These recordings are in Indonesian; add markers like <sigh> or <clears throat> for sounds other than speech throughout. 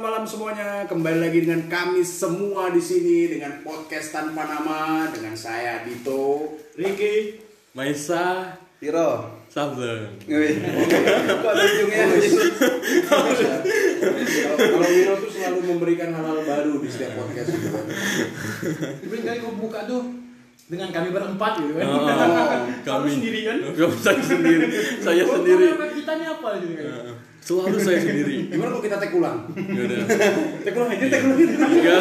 malam semuanya. Kembali lagi dengan kami semua di sini dengan podcast tanpa nama dengan saya Dito. Ricky, Maisa, Tiro. Sabda. <laughs> Wih. Kok ada ujungnya? Kalau Wiro tuh selalu memberikan hal-hal baru di setiap podcast gitu kan. Mungkin kali gue buka tuh dengan kami berempat gitu Ah, Oh, <laughs> kan. kami <laughs> sendirian. Kami saya sendiri, saya Gua- sendiri. gua nganggap Kita nih apa gitu kan. Heeh. Selalu saya sendiri. Gimana kalau kita tag ulang? Ya udah. Tag ulang aja, tag ulang aja. Tiga,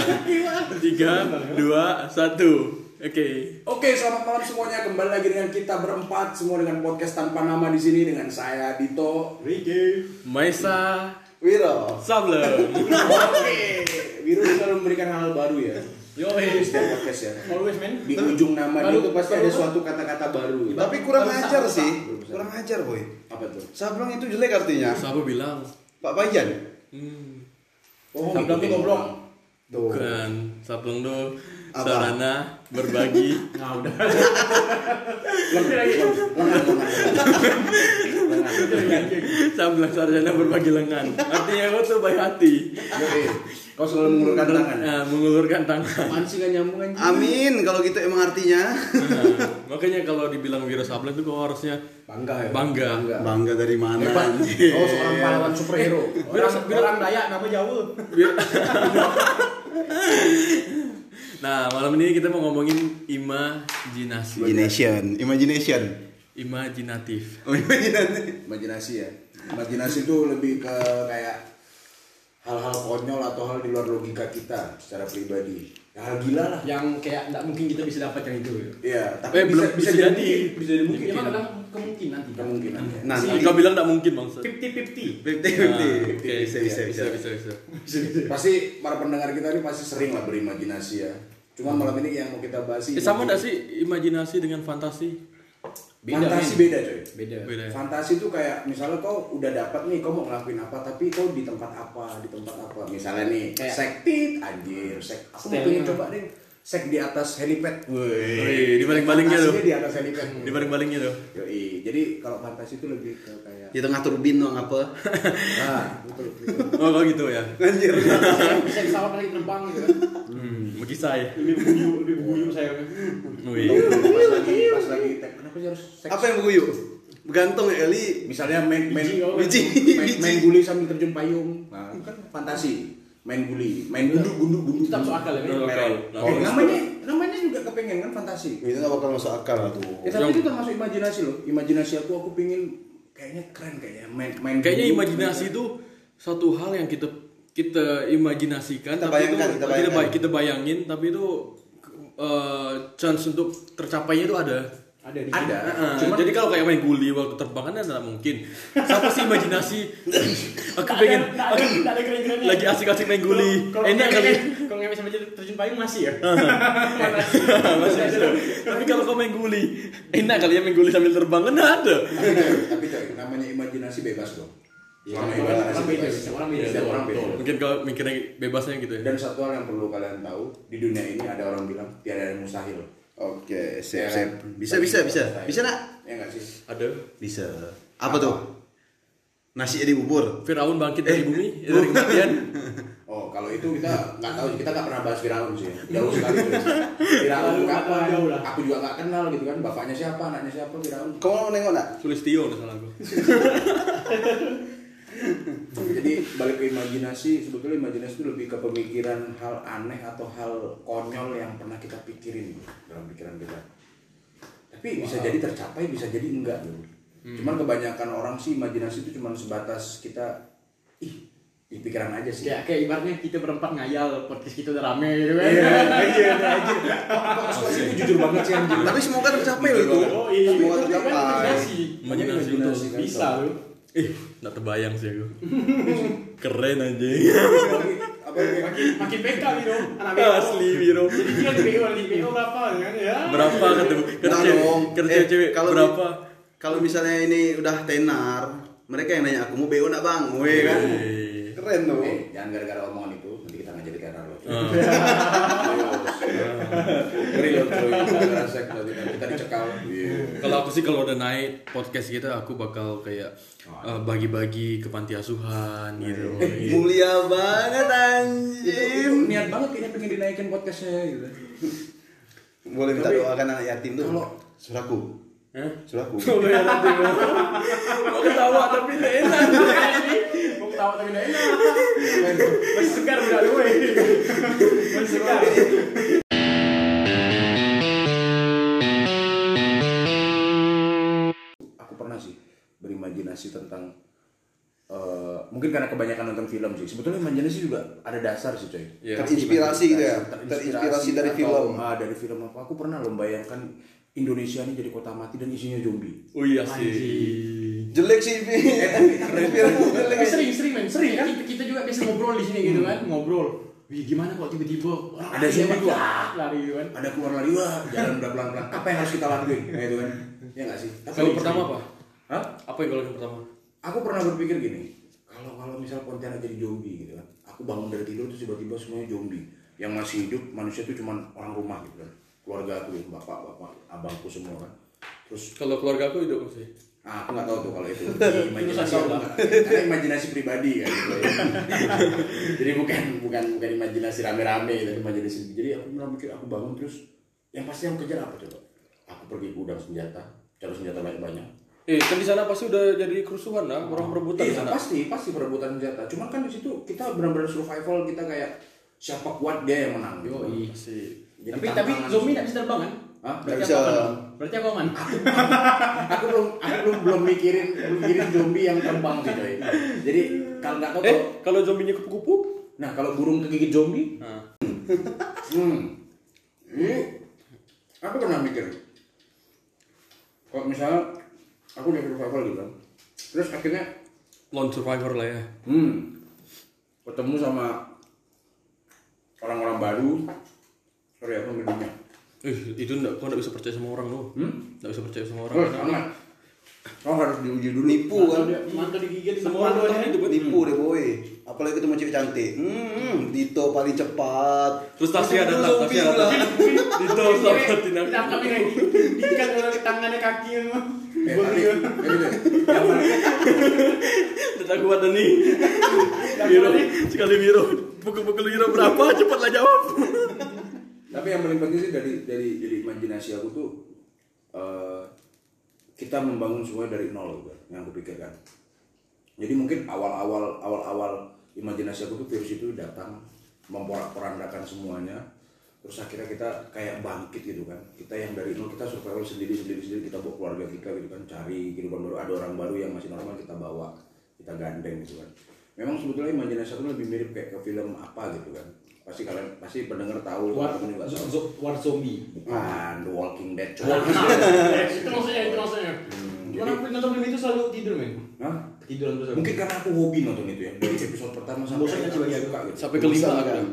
Ah. tiga, dua, satu. Oke. Oke, selamat malam semuanya. Kembali lagi dengan kita berempat semua dengan podcast tanpa nama di sini dengan saya Dito. Ricky, Maisa, Wiro. Sabda. Oke, Wiro selalu memberikan hal-hal baru ya Yo, di setiap podcast ya. always man. Di ujung nama dia Baru- tuh pasti baru- ada suatu kata-kata baru. Tapi kurang Baru ajar satu, sih. Pak. Kurang ajar, boy. Apa tuh? Sablon itu jelek artinya. Sabda bilang, Pak Bajan. hmm, Oh, Sabda tuh goblok. Tuh. bukan Sabda do Apa? sarana berbagi. Nah, udah. Lebih lagi. Lengan, lengan. Lengan. Sabda sarjana berbagi lengan. Artinya aku tuh baik hati. Yoi. Kau selalu mengulurkan tangan. ya? Nah, mengulurkan tangan. Apaan sih gak nyambung anjing? Amin kalau gitu emang <laughs> artinya. Nah, makanya kalau dibilang Wiro Sablen itu kok harusnya Bangga ya. Bangga. Bangga dari mana? Hebat. Oh, seorang pahlawan <laughs> superhero. Orang, orang Dayak nama Jawa. Nah, malam ini kita mau ngomongin imajinasi. Imagination. Imagination. Imajinatif. Nah, Oh, imajinasi. Imajinasi ya. Imajinasi itu lebih ke kayak hal-hal konyol atau hal di luar logika kita secara pribadi. Ya, hal gila lah. Yang kayak nggak mungkin kita bisa dapat yang itu. Iya, tapi Eh, bisa, belum- bisa, bisa jadi, jadi. bisa jadi mungkin. Emang kadang kemungkinan tidak. Kemungkinan. Nah, Nah, nanti. kau bilang tidak mungkin bang. Fifty fifty. Fifty Nah, fifty. oke, Bisa bisa bisa. bisa bisa. Pasti para pendengar kita ini pasti sering lah berimajinasi ya. Cuma malam ini yang mau kita bahas Eh, sama tidak sih imajinasi dengan fantasi? Beda, Fantasi men. beda coy. Beda. Beda. ya? Iya. Fantasi itu kayak misalnya kau udah dapat nih, kau mau ngelakuin apa, tapi kau di tempat apa, di tempat apa. Misalnya nih, Kayak- sektit, anjir, sek. Aku mau Setelnya. pengen coba deh, sek di atas helipad. Wih, di baling-balingnya Fantasinya tuh. di atas helipad. Di baling-balingnya tuh. Yoi, jadi kalau fantasi itu lebih ke kayak. Ya. Di tengah turbin dong apa? Nah, betul. betul. Oh, kau gitu ya. Nah. Anjir. Kan Bisa pesawat lagi terbang gitu. <laughs> Hmm, mekisai. Lebih guyu, lebih guyu saya. kan? Wih. pas lagi, pas lagi, tek- kenapa sih harus sek? Apa yang beguyu? Bergantung Eli. Misalnya main main Biji, kau. main, Biji. main, main guli sambil terjun payung. Nah, itu kan fantasi. Main guli, main gundu gundu gundu. Itu tak masuk akal ya, men. Masuk akal. Oh, namanya namanya juga kepengen kan fantasi. Itu nggak bakal masuk akal tuh. Ya, tapi itu termasuk imajinasi loh. Imajinasi aku aku pingin kayaknya keren kayaknya main main Kayaknya dulu. imajinasi itu satu hal yang kita kita imajinasikan Kita tapi bayangkan, itu kita kita, bayangkan. ba- kita bayangin tapi itu eh, chance untuk tercapainya itu ada. Ada di ada. Heeh, Cuman jadi kalau kayak main guli waktu terbang kan tidak mungkin. Siapa sih imajinasi? aku pengen aku Tidak ada keren-kerennya. lagi asik-asik main guli. Kalau- Enak kalau- kali. Kalau nggak bisa terjun payung masih ya. <laughs> Masih bisa. Tapi kalau kau main guli, enak kali ya main guli sambil terbang kan nggak ada. Tapi coy, tapi coy, namanya imajinasi bebas loh. Selama orang- orang beda, setiap orang beda. Setiap Iya, orang beda. Mungkin kalau mikirnya bebasnya gitu ya. Dan satu hal yang perlu kalian tahu, di dunia ini ada orang bilang tiada yang mustahil. Ya Oke, siap kan? siap. Bisa bisa bisa. Bisa nak? Ya enggak sih? Ada. Bisa. Apa tuh? Nasi di bubur. Firaun bangkit Eh. dari bumi, dari kematian. Oh, kalau itu kita nggak tahu, kita nggak pernah bahas Firaun sih. Jauh sekali. Firaun. Firaun itu kapan? Jauh lah. Aku juga nggak kenal gitu kan. Bapaknya siapa, anaknya siapa Firaun. Kamu mau nengok nak? Sulistio nggak salah aku. Jadi balik ke imajinasi, sebetulnya imajinasi itu lebih ke pemikiran hal aneh atau hal konyol yang pernah kita pikirin gitu, dalam pikiran kita. Tapi bisa jadi tercapai, bisa jadi enggak. Bro. Hmm. Cuman kebanyakan orang sih imajinasi itu cuman sebatas kita ih di pikiran aja sih. Kayak, kayak ibaratnya kita berempat ngayal podcast kita udah rame gitu kan. Iya, iya, iya. Podcast itu jujur banget sih anjir. Tapi semoga tercapai loh itu. Oh iya, itu Semoga kan tercapai. imajinasi. Imajinasi Imajinasi kan, Bisa Sob. loh. Ih, nggak terbayang sih <laughs> aku. Keren aja. Apalagi- apalagi Makin makin PK gitu. Anak BO. <laughs> Asli Wiro. Jadi dia di BO, di BO berapa kan ya? Berapa ketemu Nah, kerja dong. kerja Eh, cewek kalau berapa? mi- Kalau misalnya ini udah tenar, mereka yang nanya aku mau BO nak bang, weh kan? Eh, Keren tuh. Eh, jangan gara-gara omongan itu nanti kita nggak jadi tenar loh. eh, Serius. <laughs> Ngeri loh cuy, kita resek nanti kan kita dicekal. Iya. Kalau aku sih kalau udah naik podcast gitu aku bakal kayak eh, bagi-bagi ke panti asuhan <laughs> gitu. Mulia banget Itu anjing. Niat banget kayaknya pengen dinaikin podcastnya gitu. Boleh minta Tapi- doakan anak yatim tuh. Kalau- Suraku. Hah? Suraku. Mau ketawa tapi nggak enak. Mau ketawa tapi nggak enak. Masih segar udah lu. <laughs> eh. Masih segar. Aku pernah sih berimajinasi tentang eh, mungkin karena kebanyakan nonton film sih. Sebetulnya imajinasi juga ada dasar sih coy. Iya. <laughs> Terinspirasi gitu ya? Terinspirasi dari atau, film. ah, dari film apa? Aku pernah loh bayangkan Indonesia ini jadi kota mati dan isinya zombie. Oh iya sih. Jelek sih. Pi. Filmmu jelek. Tapi sering sering men, sering kan kita juga biasa ngobrol di sini gitu kan, Hmm. ngobrol. Wih gimana kok tiba-tiba orang Ada zombie lewat, dua. lari gitu kan. Ada keluar lari wah, jalan udah pelan-pelan. Apa yang harus kita lakuin? Nah itu kan. Ya nggak sih? Tapi- Kalau pertama apa? Hah? Apa yang kalau yang pertama? aku pernah berpikir gini kalau kalau misal Pontianak jadi zombie gitu kan aku bangun dari tidur terus tiba-tiba semuanya zombie yang masih hidup manusia itu cuman orang rumah gitu kan keluarga aku yang bapak bapak abangku semua kan terus Kalau keluarga aku hidup masih. ah, aku nggak tahu tuh kalau <laughs> itu Di imajinasi aku nggak- <laughs> karena imajinasi pribadi kan gitu <laughs> ya. jadi bukan bukan bukan imajinasi rame-rame gitu imajinasi jadi aku pernah mikir aku bangun terus yang pasti aku kejar apa coba aku pergi ke gudang senjata cari senjata banyak-banyak Eh kan di sana pasti udah jadi kerusuhan lah orang berebutan di Iya sana. pasti pasti perebutan senjata. Cuman kan di situ kita benar-benar survival kita kayak siapa kuat dia yang menang. Yo, Pasti. Jadi Tapi tapi tantangan. zombie nggak bisa terbang kan? Hah? Berarti Nggak aku bisa. aman. Berarti aku aman. aku belum aku belum belum mikirin belum mikirin zombie yang terbang sih coy. Jadi kalau nggak tahu Eh kalau zombinya kupu-kupu? nah kalau burung kegigit zombie, Nah. hmm, ini aku pernah mikir kalau misalnya aku udah survival gitu kan, terus akhirnya Lone survivor lah ya. Hmm. Ketemu sama orang-orang baru. Sorry aku ambil minyak. Ih, Eh, itu enggak, kau enggak bisa percaya sama orang lo. Hmm? Enggak bisa percaya sama orang. Terus aman. Kau harus diuji <laughs> dulu. Nipu kan. Mantu digigit Semua orang mantu kan <laughs> aja. itu buat Nipu deh boy. Apalagi ketemu cewek cantik. Hmm, Dito paling cepat. Terus Tasya Ketemu datang, zombie Tasya pula. datang. <laughs> Dito selamatin aku. Ditangkap ini. Diikat orang tangannya kaki semua. Eh, Gua tapi, eh, gitu. gitu. Yang mana? Tidak kuat dah nih. Wiro, sekali Wiro. Pukul-pukul Wiro berapa? <laughs> Cepatlah jawab. Tapi yang paling penting sih dari dari dari imajinasi aku tuh eh, kita membangun semuanya dari nol gitu, yang aku pikirkan. Jadi mungkin awal-awal awal-awal imajinasi aku tuh virus itu datang memporak-porandakan semuanya. Terus akhirnya kita kayak bangkit gitu kan. Kita yang dari nol kita survival sendiri sendiri sendiri kita bawa keluarga kita gitu kan cari kehidupan baru ada orang baru yang masih normal kita bawa kita gandeng gitu kan. Memang sebetulnya imajinasi aku lebih mirip kayak ke film apa gitu kan. Pasti kalian pasti pendengar tahu War, teman-teman juga tahu. zo- war zombie. Bukan The Walking Dead coy. <laughs> Nah, itu maksudnya, itu maksudnya. Hmm, Orang jadi- nonton film itu selalu tidur men. Hah? Ketiduran terus. Mungkin karena aku hobi nonton itu ya dari episode pertama sampai Bosan akhir aja bagi aku. suka gitu. Sampai kelima Bosan, aku. kan? dah.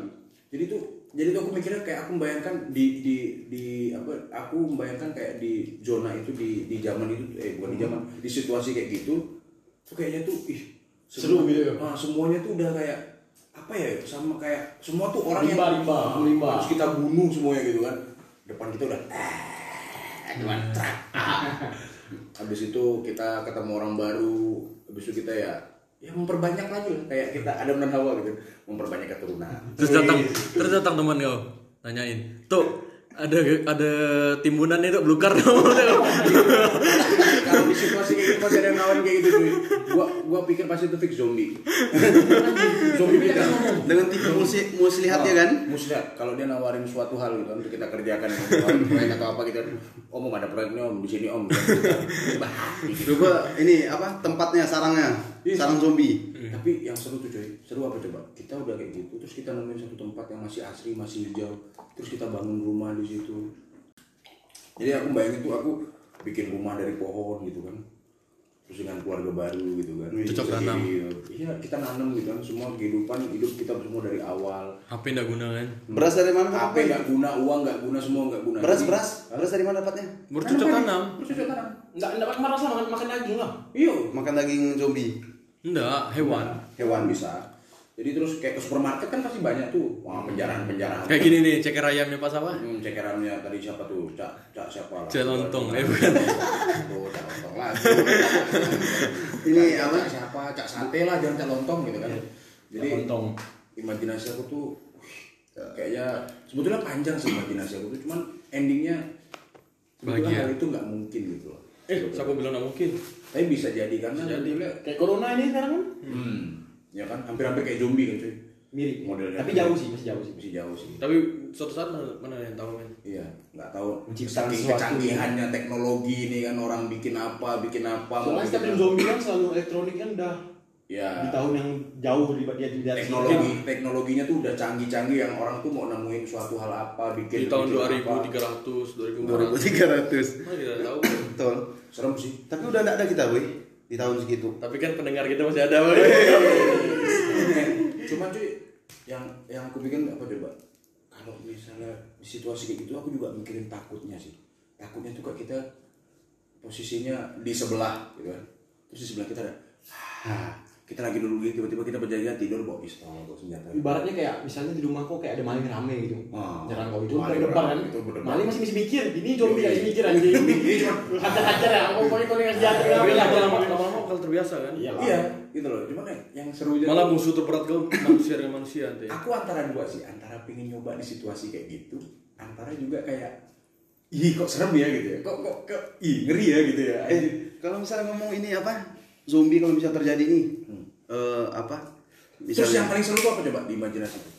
Jadi tuh jadi tuh aku mikirnya kayak aku membayangkan di di di apa aku membayangkan kayak di zona itu di di zaman itu eh bukan Hmm. di zaman di situasi kayak gitu tuh kayaknya tuh ih Seru semua- gitu ya? ah, semuanya tuh udah kayak apa ya sama kayak semua tuh orang Rimba, yang rimba, Ah, rimba. harus kita bunuh semuanya gitu kan depan kita udah eh, cuman trak, ah. habis itu kita ketemu orang baru habis itu kita ya ya memperbanyak lagi lah kayak kita ada dan hawa gitu memperbanyak keturunan Terus datang, terus datang teman kau nanyain. Tuh, ada ada timbunan itu blukar <laughs> kalau di situasi kayak gitu masih ada yang nawarin kayak gitu cuy gua gua pikir pasti itu fix zombie zombie kita Dengan tipe musik muslihatnya Ah. kan. muslihat ya kalau dia nawarin suatu hal gitu untuk kita kerjakan nawarin proyek atau apa gitu om om ada proyeknya om di sini om bahas <laughs> gitu. Coba ini apa tempatnya sarangnya? Sarang zombie. Iya. tapi yang seru tuh cuy seru apa coba kita udah kayak gitu terus kita nemuin satu tempat yang masih asri masih hijau terus kita bangun rumah di situ jadi aku bayangin tuh aku bikin rumah dari pohon gitu kan terus dengan keluarga baru gitu kan Cocok Terus tanam. jadi, iya kita nanam gitu kan semua kehidupan hidup kita semua dari awal HP enggak guna kan. Beras dari mana? HP Apa? nggak guna uang nggak guna semua nggak ya? guna Beras Jadi- beras. Beras dari mana dapatnya? Bercocok tanam. bercocok tanam Iya. Nggak dapat marah sama makan makan daging lah. iyo Makan daging zombie. <laughs> Enggak, hewan. hewan bisa Jadi terus kayak ke supermarket kan pasti banyak tuh. Wah, penjaraan-penjaraan. Kayak gini nih, ceker ayamnya Pak Sawah. Hmm, cekerannya tadi siapa tuh? Cak, cak siapa? lah? Cak Lontong, eh, bukan. Tuh, cak lontong lagi. <laughs> Ini Cak- apa? Cak siapa? Cak sate lah, jangan cak lontong gitu Iya. kan. Jadi imajinasi aku tuh wih, kayaknya sebetulnya panjang sih imajinasi aku tuh, cuman endingnya sebetulnya Bahagia. hal itu nggak mungkin gitu loh. Eh, siapa bilang nggak mungkin? Tapi bisa jadi karena sebetulnya, Kayak corona ini sekarang kan hmm, ya kan hampir-hampir kayak zombie kan cuy. mirip Modelnya. Tapi jauh sih, masih jauh sih. Masih jauh sih. Tapi suatu saat mana, mana yang tahu men? Iya, nggak tahu Menciptakan saking sesuatu. kecanggihannya teknologi ini kan orang bikin apa, bikin apa. mau Soalnya bikin setiap film apa. zombie kan selalu elektronik kan udah Ya. di tahun yang jauh di dia di dari Teknologi teknologinya tuh udah canggih-canggih yang orang tuh mau nemuin suatu hal apa, bikin Di tahun bikin apa. 2300, 2400. 2300 Mana kita tahu. betul Serem sih. tapi udah nggak ada kita boy di tahun segitu Tapi kan pendengar kita masih ada. Boy. Cuman cuy, yang yang aku pikir apa coba? Kalau misalnya di situasi kayak gitu, aku juga mikirin takutnya sih. Takutnya tuh kayak kita posisinya di sebelah, gitu kan? Terus di sebelah kita ada, "Hah." kita lagi dulu tiba-tiba kita berjaga tidur bawa pistol atau senjata. ibaratnya kayak misalnya di rumahku kayak ada maling rame gitu Ah. nyerang kau itu Maling paling depan kan rame, itu berdepan. maling masih bisa mikir ini Iya, zombie gak bisa <laughs> iya. mikir anjing Ini cuma hajar-hajar ya aku kau kau ngasih hajar Tapi kan lama-lama lama-lama lama-lama bakal terbiasa kan. iyalah Iya, gitu loh. Cuman ya, yang serunya Malah tuh- musuh terberat kau manusia dengan manusia nanti. aku antara dua sih antara pengen nyoba di situasi kayak gitu antara juga kayak ih kok serem ya gitu ya kok kok, kok ih ngeri ya gitu ya anjir. eh kalau misalnya ngomong ini apa zombie kalau bisa terjadi nih Hmm. eh, apa terus yang misalnya paling seru tuh apa coba di imajinasi tuh?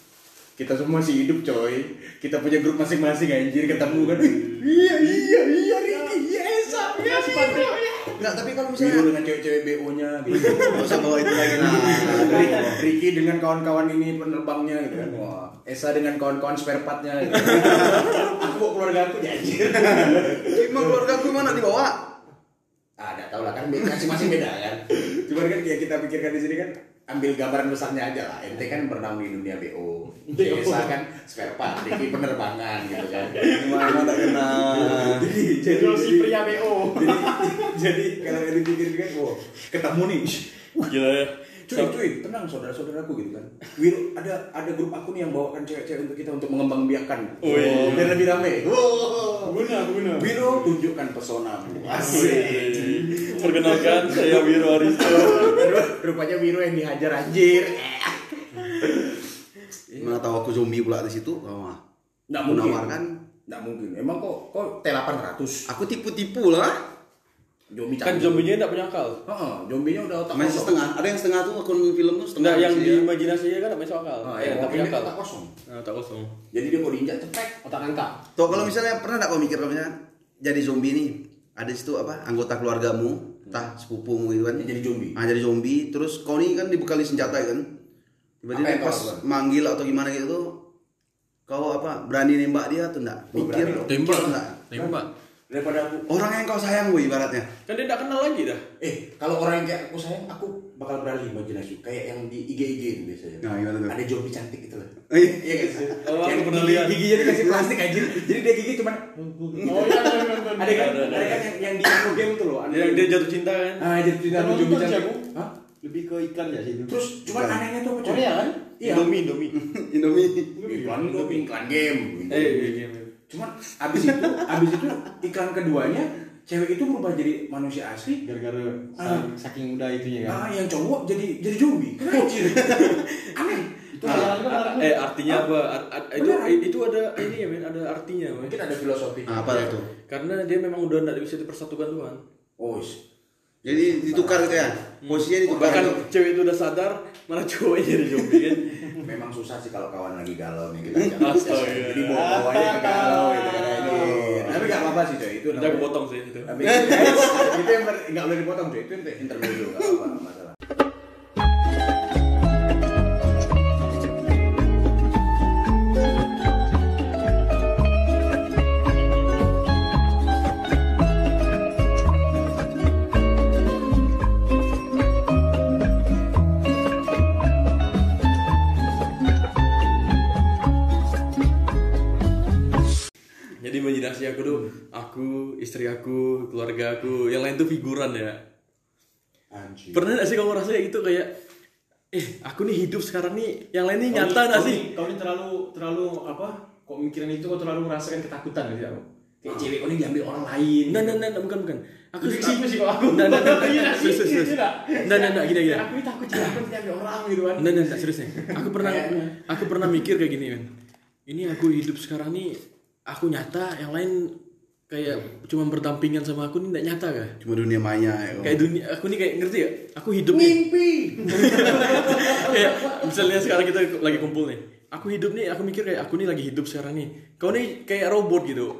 kita semua masih hidup coy kita punya grup masing-masing anjir ketemu kan "Ih, iya iya iya Riki iya Esa iya si Patri nggak tapi kalau Biru misalnya dengan cewek-cewek BO nya gitu nggak usah bawa itu lagi nah. lah Riki- Riki dengan kawan-kawan ini penerbangnya gitu kan wah Esa dengan kawan-kawan spare partnya gitu. aku bawa keluarga aku ya anjir emang keluarga aku mana dibawa Ah, nggak tahu lah kan beda- masing-masing beda kan. Cuman kan yang kita pikirkan di sini kan ambil gambaran besarnya aja lah. Ente kan bernaung di dunia BO. Jesa kan spare part, Ricky penerbangan gitu kan. mana tak kenal Jadi jadi Josi jadi, pria BO jadi, jadi kalau yang dipikirin kan, wah ketemu nih. Shh, Gila ya. Cuy, cuy, tenang saudara-saudaraku gitu kan. Wir, ada ada grup aku nih yang bawakan cewek-cewek untuk kita untuk mengembangbiakan. Oh, iya. biar lebih rame. Wow. guna <laughs> guna Wiro tunjukkan pesonamu. Asik. Perkenalkan saya Wiro Aristo. Rupanya Wiro yang dihajar anjir. mana tahu aku zombie pula di situ kau mah Nggak Aku mungkin. nawarkan Nggak mungkin. Emang kok kok T800? aku tipu-tipu lah Zombie Kan canggih. zombinya enggak punya akal. Heeh, zombinya udah otak masih kosong. setengah ada yang setengah tuh aku nonton film tuh setengah Enggak yang masih di ya. imajinasinya kan enggak punya akal. Heeh, Eh, yang enggak punya Ah, iya, otaknya akal. otak kosong. Nah, tak kosong. Jadi dia mau diinjak cepet. otak angka Tuh kalau misalnya pernah nggak kau mikir kalau misalnya jadi zombie nih ada di situ apa anggota keluargamu, entah sepupumu gitu kan Ya, jadi zombie. Ah jadi zombie, terus kau nih kan dibekali senjata kan. Apa yang Tiba-tiba kau pas lakukan? manggil atau gimana gitu tuh kau apa berani nembak dia atau enggak? Oh, Mikir berani dong. mikir nggak? Tembak. Daripada aku Orang yang kau sayang gue ibaratnya. <laughs> Kan dia enggak kenal lagi dah. Eh, kalau orang yang kayak aku sayang, aku bakal beralih imajinasi. Kayak yang di IG-IG itu biasanya. Nah, gimana tuh? Ada zombie cantik gitu loh. Oh, iya. iya guys. Oh, aku yang pernah gigi, lihat. giginya dikasih plastik anjir. Jadi dia gigi cuman oh iya iya, iya, iya. ada kan Ada, ada. ada kan yang yang di aku game tuh loh. Ada Dia, dia jatuh cinta kan. Ah, jadi tidak ada Nonton zombie sih cantik. aku. Hah? lebih ke iklan ya sih itu Terus cuman Bukan. anehnya tuh apa cuy? Korea kan? Iya. Indomie, Indomie. Indomie. Iklan dong, Iya. iklan game. Eh, iya, iya, iya. Cuman abis itu, abis itu iklan keduanya cewek itu berubah jadi manusia asli, gara-gara Ah. saking- saking udah itunya kan ah yang cowok jadi jadi zombie. Anjir. Aneh. itu saran kan saran. Eh, artinya apa? Ar- ar- itu Beneran. itu ada ini ya, men, ada artinya, men. Mungkin ada filosofi. Nah, apa tuh? Karena dia memang udah enggak bisa dipersatukan Tuhan. Oh, is- Jadi ditukar gitu ya. Hmm. Posisinya ditukar. Bahkan gitu. cewek itu udah sadar, malah cowoknya jadi zombie kan. memang susah sih kalau kawan lagi galau nih kita. jangan- Astaga. Jadi bawa-bawanya ke galau gitu kan anjir. Tapi enggak apa-apa sih, coy. Itu Udah namanya- aku potong sih itu. Tapi <laughs> itu yang ber- nggak boleh dipotong, coy. Itu inter- intermezzo enggak apa-apa, nggak masalah. Jadi imajinasi aku tuh aku, istri aku, keluarga aku, yang lain tuh figuran ya. Anjir. Pernah gak sih kamu rasanya gitu kayak eh aku nih hidup sekarang nih yang lain nih nyata nggak sih Kau ini terlalu terlalu apa? Kok mikiran itu kau terlalu merasakan ketakutan gitu aku. Kayak Ah. cewek kau ini diambil orang lain. Nggak, nggak, nggak, bukan, bukan. Aku Aku sih sih kok aku. Nggak, nggak, nggak. Iya nggak sih? Serius, serius, serius. Iya nggak? Nggak, nggak, nggak, gini, Nah, gini. Aku ini takut cewek aku diambil orang gitu kan. Nggak, nggak, nggak, serius nih. Aku pernah, aku pernah mikir kayak gini, men. Ini aku hidup sekarang nih, aku nyata, yang lain kayak cuma berdampingan sama aku nih nggak nyata kah? Cuma dunia maya ya. Om. Kayak dunia, aku nih kayak ngerti ya? Aku hidup nih. <laughs> kayak misalnya sekarang kita lagi kumpul nih aku hidup nih aku mikir kayak aku nih lagi hidup sekarang nih kau nih kayak robot gitu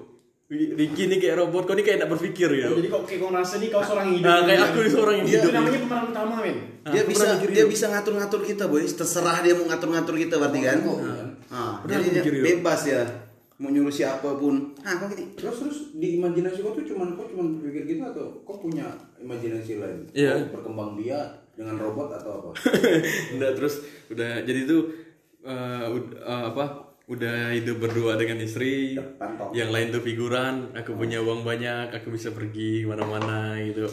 Ricky nih kayak robot kau nih kayak tidak berpikir gitu Nah, Jadi kok kayak kau ngerasa nih kau seorang yang hidup. nah, kayak aku nih seorang yang Itu hidup namanya pemeran utama men. Nah, dia aku bisa pernah mikir dia gitu. bisa ngatur-ngatur kita boy terserah dia mau ngatur-ngatur kita berarti kan Ah, Pernah aku jadi dia mikir gitu. bebas ya mau nyuruh siapa pun ah kok <laughs> gini Terus terus di imajinasi kau tuh cuman kau cuman berpikir gitu atau kau punya imajinasi lain? Iya. Kau berkembang biak dengan robot atau apa? Nggak, terus udah jadi tuh eh, ud- eh, apa udah hidup berdua dengan istri Pantau. yang lain tuh figuran aku punya uang banyak aku bisa pergi mana-mana gitu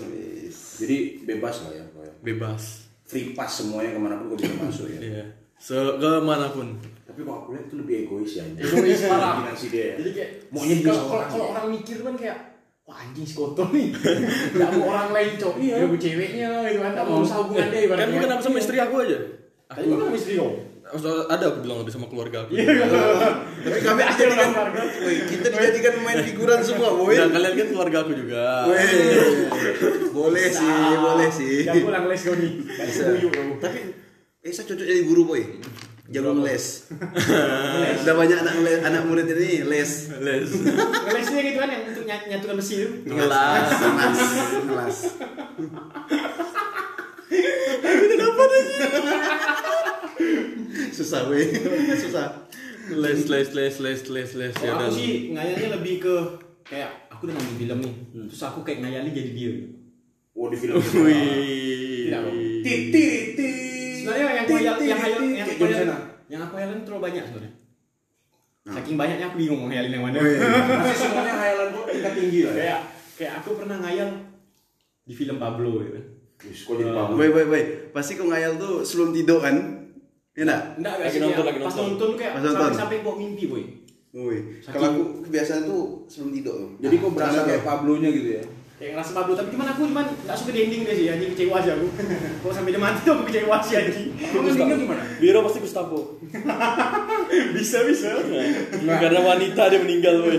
Jadi bebas lah ya, kau ya. bebas Free pass semuanya kemanapun kau bisa masuk ya. ya so kemanapun Tapi kalau aku lihat itu lebih egois ya. anjing. Egois parah. Imajinasi dia. ya. Jadi kayak maunya dia kalau- kalau seorang. iya. kalau orang mikir kan kayak wah anjing skotol nih. <laughs> Enggak mau orang lain cowok. Iya. Mau ceweknya gitu kan. Nggak mau usah hubungan dia kan bukan apa sama istri aku aja Tapi kau sama istri kau. Aku- ada aku bilang lebih sama keluarga Iya. aku tapi kami Ada dijadikan orang keluarga. Woi, kita dijadikan main figuran semua boy Nah, kalian kan keluarga aku juga. Woi. boleh sih boleh sih Jangan pulang les kau nih. Bisa. Buyuk kau. tapi eh saya cocok jadi guru boy jago <laughs> ngeles udah banyak anak ngeles- anak murid ini les Les. Ngelesnya gitu kan yang untuk nyat- nyatukan besi itu. Ngelas. ngelas ngelas susah boy susah Les les les les les les ya Kalau dan aku sih ngayalnya lebih ke kayak aku udah nonton film nih. Terus aku kayak ngayalin jadi dia. Wah Oh, di <laughs> film. Wih. Tidak, Bang. Titi titi. Sebenarnya yang aku hayal, yang hayal, yang aku hayal, sana. yang aku hayalin terlalu banyak sebenarnya. Ah. Saking banyaknya aku bingung mau ngayalin yang mana. Masih semuanya hayalan Nah, kau tingkat tinggi lah ya. <laughs> kayak kayak aku pernah ngayal di film Pablo ya kan? Wih, gitu. kau jadi bangun. Woi, woi, woi. Pasti kau ngayal tuh sebelum tidur kan? Iya enggak? Enggak, ya. Lagi nonton, lagi pas nonton. nonton tuh kayak Pas nonton. sampai sampai bawa mimpi, boy. Woi, kalau aku kebiasaan tuh sebelum tidur. tuh. Jadi kau berasa Karena kayak Pablo-nya gitu ya. Kayak ngerasa Pablo, tapi cuman aku cuman enggak suka di ending dia sih, anjing kecewa sih aku. <laughs> Kalau sampai dia mati tuh aku kecewa sih anjing. Endingnya gimana? Biro pasti <laughs> Gustavo. bisa bisa. Nah, Karena wanita dia meninggal, woi.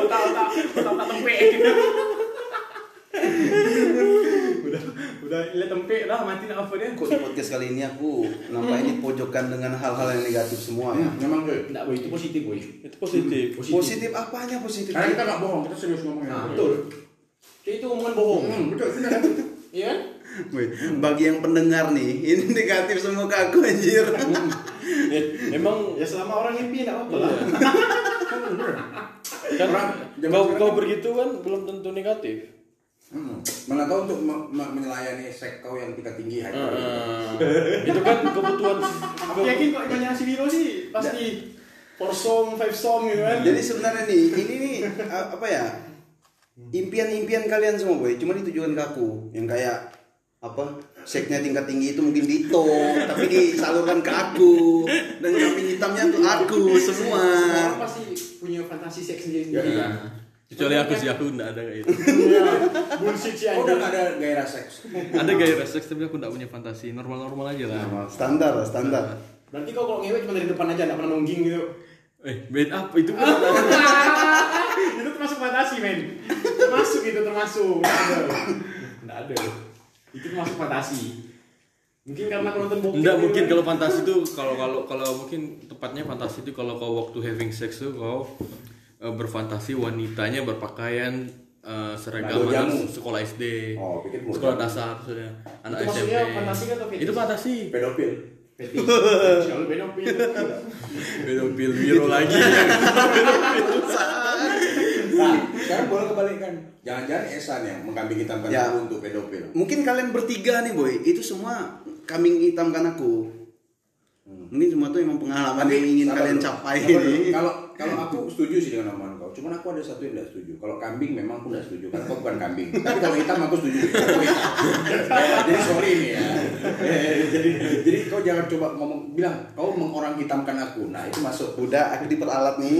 Otak-otak, otak-otak tempe. udah udah lihat tempe dah mati nak apa dia. Kok di podcast kali ini aku Hmm. nampaknya dipojokkan dengan hal-hal yang negatif semua ya. Memang cuy. Enggak, Iya. boy, itu positif, boy. Itu positif. Positif apanya positif? Karena kita nggak bohong, kita serius ngomongnya. Nah, Kan? Ah, betul. Jadi itu omongan bohong. Hmm, betul. Iya kan? Woi, bagi yang pendengar nih, <laughs> ini negatif semua ke aku anjir. <laughs> Ya, emang Ya selama orang happy enggak apa-apa lah. kan zaman kau sekarang kau kan- begitu kan belum tentu negatif. Hmm. Mana tahu untuk me- me- melayani sek kau yang tingkat tinggi high power gitu. Ah. Eh, itu kan <laughs> kebutuhan Aku yakin kok imajinasi Wiro sih pasti four song, five song gitu kan. Jadi sebenarnya nih, ini nih a- apa ya? Impian-impian kalian semua boy, cuma ditujukan ke aku yang kayak apa seknya tingkat tinggi itu mungkin Dito tapi disalurkan ke aku dan kambing hitamnya tuh aku semua Semua orang pasti punya fantasi seks sendiri. Iya. Kecuali aku sih aku enggak ada kayak itu. Bullshit sih Kau udah nggak anjing. ada gairah seks. Ada gaya seks tapi aku enggak punya fantasi. Normal-normal aja lah. standar lah standar Berarti kau kalau ngewe cuma dari depan aja enggak pernah nongging gitu. Eh, bed up itu <laughs> kan <laughs> itu termasuk fantasi, men. Termasuk itu termasuk. Nggak ada. Nggak ada. Itu termasuk fantasi. Mungkin karena aku nonton bokep. Enggak gitu mungkin kan. kalau fantasi tuh kalau kalau kalau mungkin tepatnya fantasi tuh kalau kau waktu having sex tuh kau eh, berfantasi wanitanya berpakaian eh, seragam Baju anak jamu. sekolah SD. Oh, pikir mau sekolah dasar maksudnya. Anak Itu SMP. maksudnya fantasi kan atau fetish? Itu fantasi. <laughs> pedofil. Fetish. Kalau benar Pedofil Wiro lagi. Nah, sekarang boleh kebalikan. Jangan-jangan Esan yang mengkambing hitamkan Ya. aku untuk pedofil. mungkin kalian bertiga nih boy itu semua kambing hitam kan aku mungkin semua tuh emang pengalaman yang ingin Hmm. Sabar kalian dulu, capai sabar dulu. ini Kalau kalau aku setuju sih dengan omongan kau. Cuman aku ada satu yang tidak setuju. Kalau kambing memang aku tidak setuju. Karena kau bukan kambing. Tapi kalau hitam aku setuju. Aku hitam. Ya, jadi sorry nih ya. Ya, ya, jadi jadi kau jangan coba ngomong bilang kau mengorang hitamkan aku. Nah itu masuk. Udah aku diperalat nih.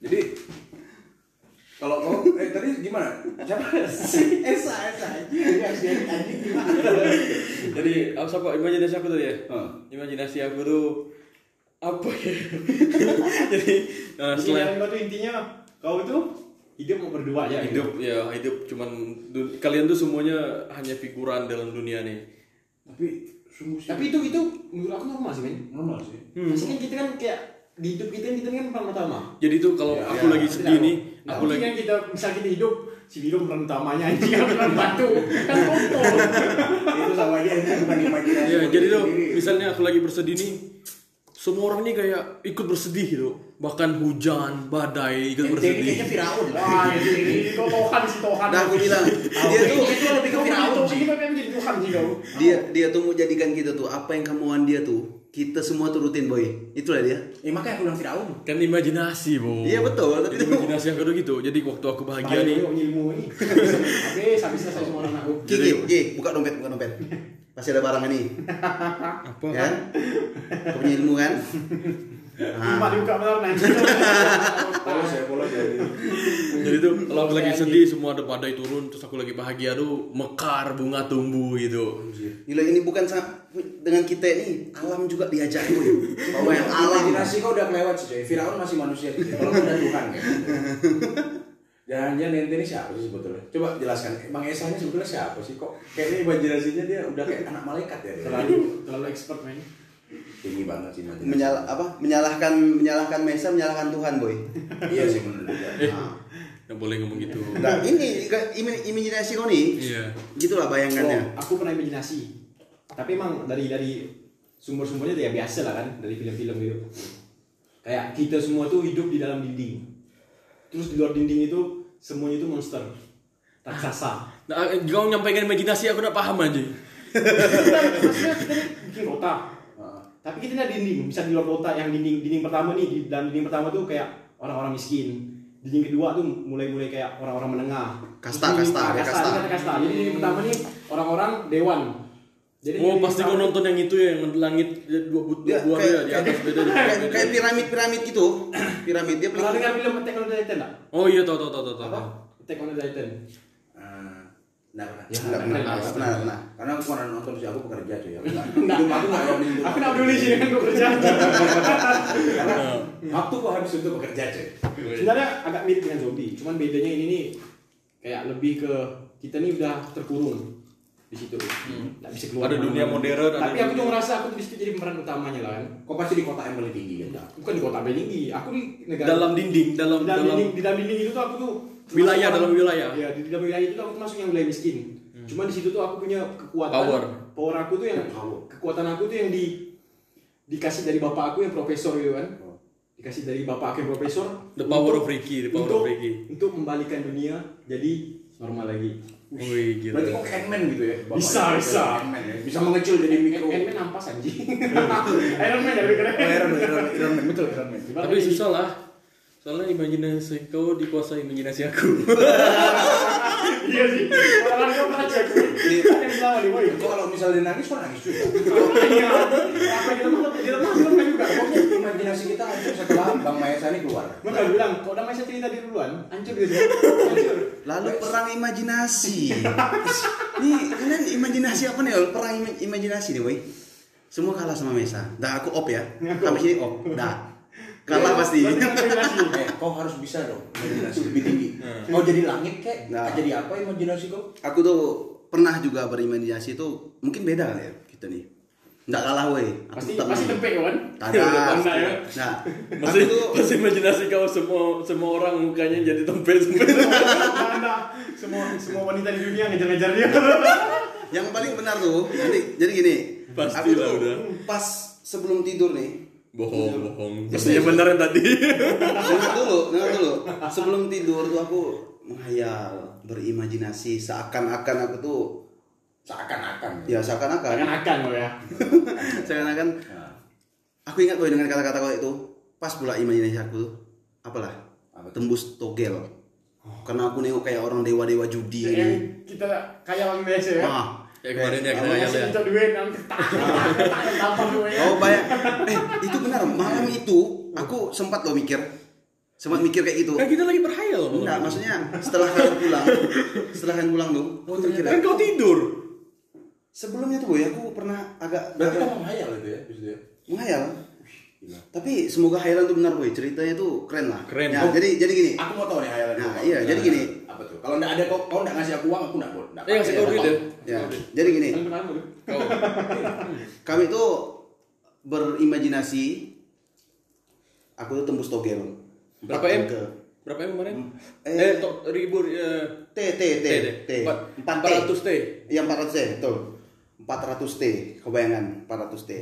Jadi kalau kau eh tadi gimana? Siapa sih? Esa Esa. Jadi harus diedit anjing gimana? Jadi apa siapa imajinasi aku tadi ya? Hmm. Imajinasi aku tuh apa ya? <laughs> Jadi eh, Intinya selain yang itu intinya kau itu hidup mau berdua ya. hidup ya hidup cuman du- kalian tuh semuanya hanya figuran dalam dunia nih. Tapi sungguh sih. Tapi itu itu menurut aku normal sih men. normal sih. Hmm. Masih kan kita kan kayak di hidup kita kita kan peran utama. Jadi tuh kalau Ya, aku ya, lagi Tidak, sedih nih, nah, aku lagi mungkin kan kita misal kita hidup si Bilum peran utamanya <laughs> anjing kan peran batu kan kontol. itu sama aja itu bukan imajinasi. ya jadi tuh sendiri. misalnya aku lagi bersedih nih, semua orang nih kayak ikut bersedih gitu. Bahkan hujan, badai Ente Iya, ini ikut kayaknya bersedih. Firaun. Wah, ini kau Tuhan si Tuhan. Udah aku <laughs> bilang dia tuh itu kan- lebih ke Kau Firaun. Firaun sih. Kau pengen jadi Tuhan sih kau. dia dia tuh mau jadikan kita tuh apa yang kamuan dia tuh kita semua turutin boy itulah dia Ya makanya aku bilang Firaun. Kan imajinasi, Bu. Iya, betul, tapi Oh. Jadi tuh- imajinasi aku tuh gitu. Jadi waktu aku bahagia Bahagia nih, nih ilmu ini. Habis habis selesai semua anak aku. Ki, Ki, Ki, buka dompet, buka dompet. Pasti ada barang ini, apa? kan? Kau punya ilmu kan? Cuma dibuka benar nanti. Polos ya, polos ya. Jadi tuh kalau aku lagi sedih semua ada badai turun terus aku lagi bahagia tuh mekar bunga tumbuh gitu. Gila ini bukan sa- dengan kita ini, alam juga diajak boy. Oh, Bahwa yang alam. Imajinasi kau udah kelewat sih, coy. Firaun masih manusia sih. Kalau kau udah Tuhan kan. Jangan-jangan ente ini siapa sih sebetulnya? Coba jelaskan. Bang Esa ini sebetulnya siapa sih kok? Kayaknya imajinasinya dia udah kayak anak malaikat ya. dia. Terlalu terlalu expert men. Tinggi banget sih imajinasi. Menyala, apa? Menyalahkan menyalahkan Mesa, menyalahkan Tuhan boy. Iya sih menurut gua. Eh, nggak boleh ngomong gitu. Nah ini juga imi- imajinasi kau nih, Iya. Oh, gitulah bayangannya. aku pernah imajinasi. Tapi emang dari dari sumber-sumbernya ya biasa lah kan dari film-film gitu. Kayak kita semua tuh hidup di dalam dinding. Terus di luar dinding itu semuanya itu monster. Raksasa. Nah, kau nyampaikan imajinasi aku nggak paham aja. Maksudnya kita nih bikin kota. Ah. Tapi kita ada dinding, bisa di luar kota yang dinding dinding pertama nih, di dalam dinding pertama tuh kayak orang-orang miskin. Dinding kedua tuh mulai-mulai kayak orang-orang menengah. Kasta, Terus dinding- kasta, ah, ada kasta, kasta. ada kasta. Jadi dinding pertama nih orang-orang dewan. Jadi Hmm. Oh dinding pasti kau pertama- nonton yang itu ya yang langit eh, dua bu- dua Dia buah kayak- ya di atas beda di bawah Kayak beda. kayak piramid-piramid gitu, piramid dia Pernah pelik. dengar film Attack on the Titan nggak? Oh iya tau tau tau tau Apa? tau. Attack on the Titan. Ah, Nah, pernah. Ya, nggak pernah, nggak pernah, nggak pernah. Karena aku pernah nonton sih, aku bekerja cuy. Aku nggak- Hidup aku nggak habis untuk Aku nggak peduli sih dengan gue <laughs> kerja. Karena waktu aku habis untuk bekerja cuy. Sebenarnya agak mirip dengan zombie, cuman bedanya ini nih kayak lebih ke kita nih udah terkurung di situ. Nggak bisa keluar. Hmm. Ada dunia kemana-mana. modern, ada Tapi aku dunia- tuh ngerasa aku di situ jadi pemeran utamanya lah kan. Kau pasti di kota yang paling tinggi gitu. Bukan di kota Belingi, aku di negara Dalam dinding di dalam kan? dalam, dalam dinding, di dalam dinding itu tuh aku tuh Wilayah, termasuk dalam orang- wilayah. Iya, di dalam wilayah itu tuh aku termasuk yang wilayah miskin. Cuma di situ tuh aku punya kekuatan Power. power aku tuh yang Power. kekuatan aku tuh yang di dikasih dari bapak aku yang profesor gitu kan. Oh. Dikasih dari bapak aku yang profesor. The power of Ricky, the power untuk, of Ricky. Untuk membalikan dunia jadi normal lagi. Wih gila. Berarti kok hangman gitu ya? Bapak Bisa, itu bisa. hangman ya? Bisa mengecil jadi mikro. Iron Man ampas anjing. <laughs> Iron Man ya, dari keren. Iron Man, Iron Man, Iron <laughs> Man, betul Iron Man. Tapi susah lah. Soalnya imajinasi kau dikuasai imajinasi aku. Iya sih. Orang kau pernah cek. Yang selama di boy. Kok kalau misalnya nangis, kok nangis juga? Iya. Apa di lemah? Di lemah di lemah juga. Pokoknya imajinasi kita hancur setelah Bang Maesa ini keluar. Gue udah bilang, kok udah masih cerita di duluan, hancur gitu. Hancur. Lalu perang imajinasi. nih, kalian imajinasi apa nih? Lol? Perang ima- imajinasi nih, boy. Semua kalah sama Mesa. Dah aku op ya. Sampai sini op. Dah. Kalah pasti. Berarti kan imajinasi. Eh, kau harus bisa dong imajinasi lebih tinggi. Hmm. Mau jadi langit kek? Nah. Jadi apa imajinasi kau? <laughs> Aku tuh pernah juga berimajinasi tuh mungkin beda kali ya kita nih. Enggak kalah, boy. Aku Pasti tetap pasti menang. tempek kan? Tada. Bangga ya. Nah, <laughs> aku Masih, tuh masih imajinasi kau semua semua orang mukanya jadi tempe semua. Bangga. Semua semua wanita di dunia ngejar-ngejar dia. yang paling benar tuh. Jadi jadi gini. Pasti aku lah, tuh udah. pas sebelum tidur nih, bohong, bohong. Pasti yang benar yang tadi. dengar dulu, dengar dulu. Sebelum tidur tuh aku menghayal, berimajinasi seakan-akan aku tuh Seakan-akan. ya seakan-akan, Akan-akan lo ya. <laughs> seakan-akan Nah, aku ingat boy dengan kata-kata kau itu pas pula imajinasi aku tuh apalah Apa tuh? Oh. tembus togel karena aku nengok kayak orang dewa dewa Iya. judi Yang ini kita kayak orang Indonesia ya. Iya. ah iya, Ya, kemarin ya, Kayak- kita Masih minta duit yang ketak. ketak, Tampar gue ya. Oh banyak. Eh itu benar malam itu aku sempat loh mikir, sempat mikir kayak gitu. Kan kita lagi berhayal. Bang. Enggak, maksudnya setelah kalian pulang, setelah kalian pulang tuh, aku tuh mikir. Kan kau tidur. Sebelumnya tuh boy, aku pernah agak Berarti agak kamu hayal itu ya maksudnya. menghayal. Iya. Tapi semoga hayalan tuh benar boy, ceritanya tuh keren lah. Keren. Ya, jadi jadi gini. Aku mau tahu nih hayalan. Nah, kamu. iya, jadi gini. Apa tuh? Kalau enggak ada kau kau enggak ngasih aku uang, aku enggak boleh. Eh, ngasih kau duit ya. Ya, jadi gini. Kan pertama tuh. Kami tuh berimajinasi aku tuh tembus togel. Berapa Empat M? angka. Berapa M kemarin? Eh, Eh, to- ribu eh, T T T T. Empat 400 T. T. Iya 400 T, betul. 400 T, kebayangan 400 T.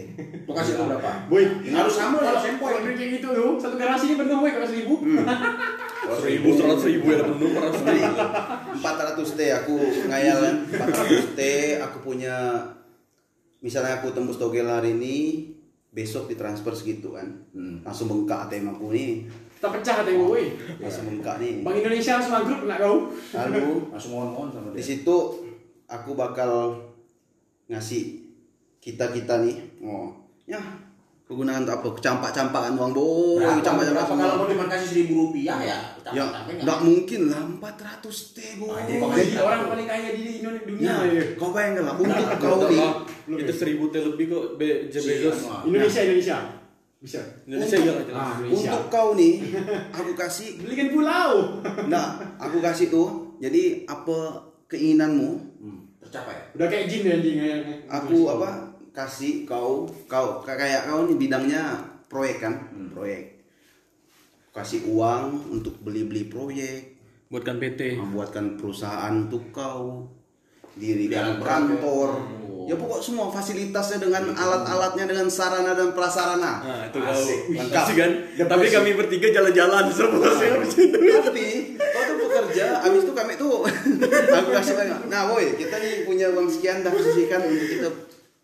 Kau kasih aku berapa? Boy, Yang harus sama Kalau harus sempoi sempoi. kayak gitu tuh, satu garasi ini penuh gue kalau seribu. Hmm. Seribu, seratus ribu ya, penuh, seratus Jadi 400 T aku ngayal kan, 400 T aku punya misalnya aku tembus togel hari ini, besok ditransfer segitu kan. Hmm. Langsung bengkak ATM aku nih, Kita pecah kata gue. langsung bengkak nih. Bank Indonesia harus maghrib nak kau. Lalu Langsung mohon-mohon Nah, sama di dia. situ aku bakal ngasih kita-kita nih. Oh, ya kegunaan untuk apa? Kecampak-campakan uang boy, Berapa, kecampak-campak berapa semua. kalau mau cuma kasih seribu rupiah ya? Ya, capek-capek nggak mungkin lah 400 T boy. Ah, jadi kok Jadi orang paling kaya di Indonesia dunia Ya, ya. kau bayangkan lah untuk Nah, kau nih. Lah, itu seribu T lebih kok Be Jeff Si Bezos. Anwar. Indonesia Indonesia. Bisa. Indonesia iya, gitu. Ah, enggak jelas. Indonesia. Untuk kau nih, aku kasih. Belikan pulau. Nah, aku kasih tuh. Jadi apa keinginanmu? Hmm, tercapai. Udah kayak jin ya anjing. ya. Aku apa kasih kau kau kayak kau nih bidangnya proyek kan? Hmm. Proyek. Kasih uang untuk beli-beli proyek, Buatkan Ah. PT. membuatkan perusahaan untuk kau, dirikan Diangkat, kantor. ya. Ya pokok semua fasilitasnya dengan alat-alatnya dengan sarana dan prasarana. Nah, itu kau Asik, mantap mantap. sih kan. Tapi kami bertiga jalan-jalan <laughs> semua sih Ah. habis itu. tapi kau tuh bekerja abis itu kami tuh aku kasih banyak nah boy kita nih punya uang sekian dah sisihkan untuk kita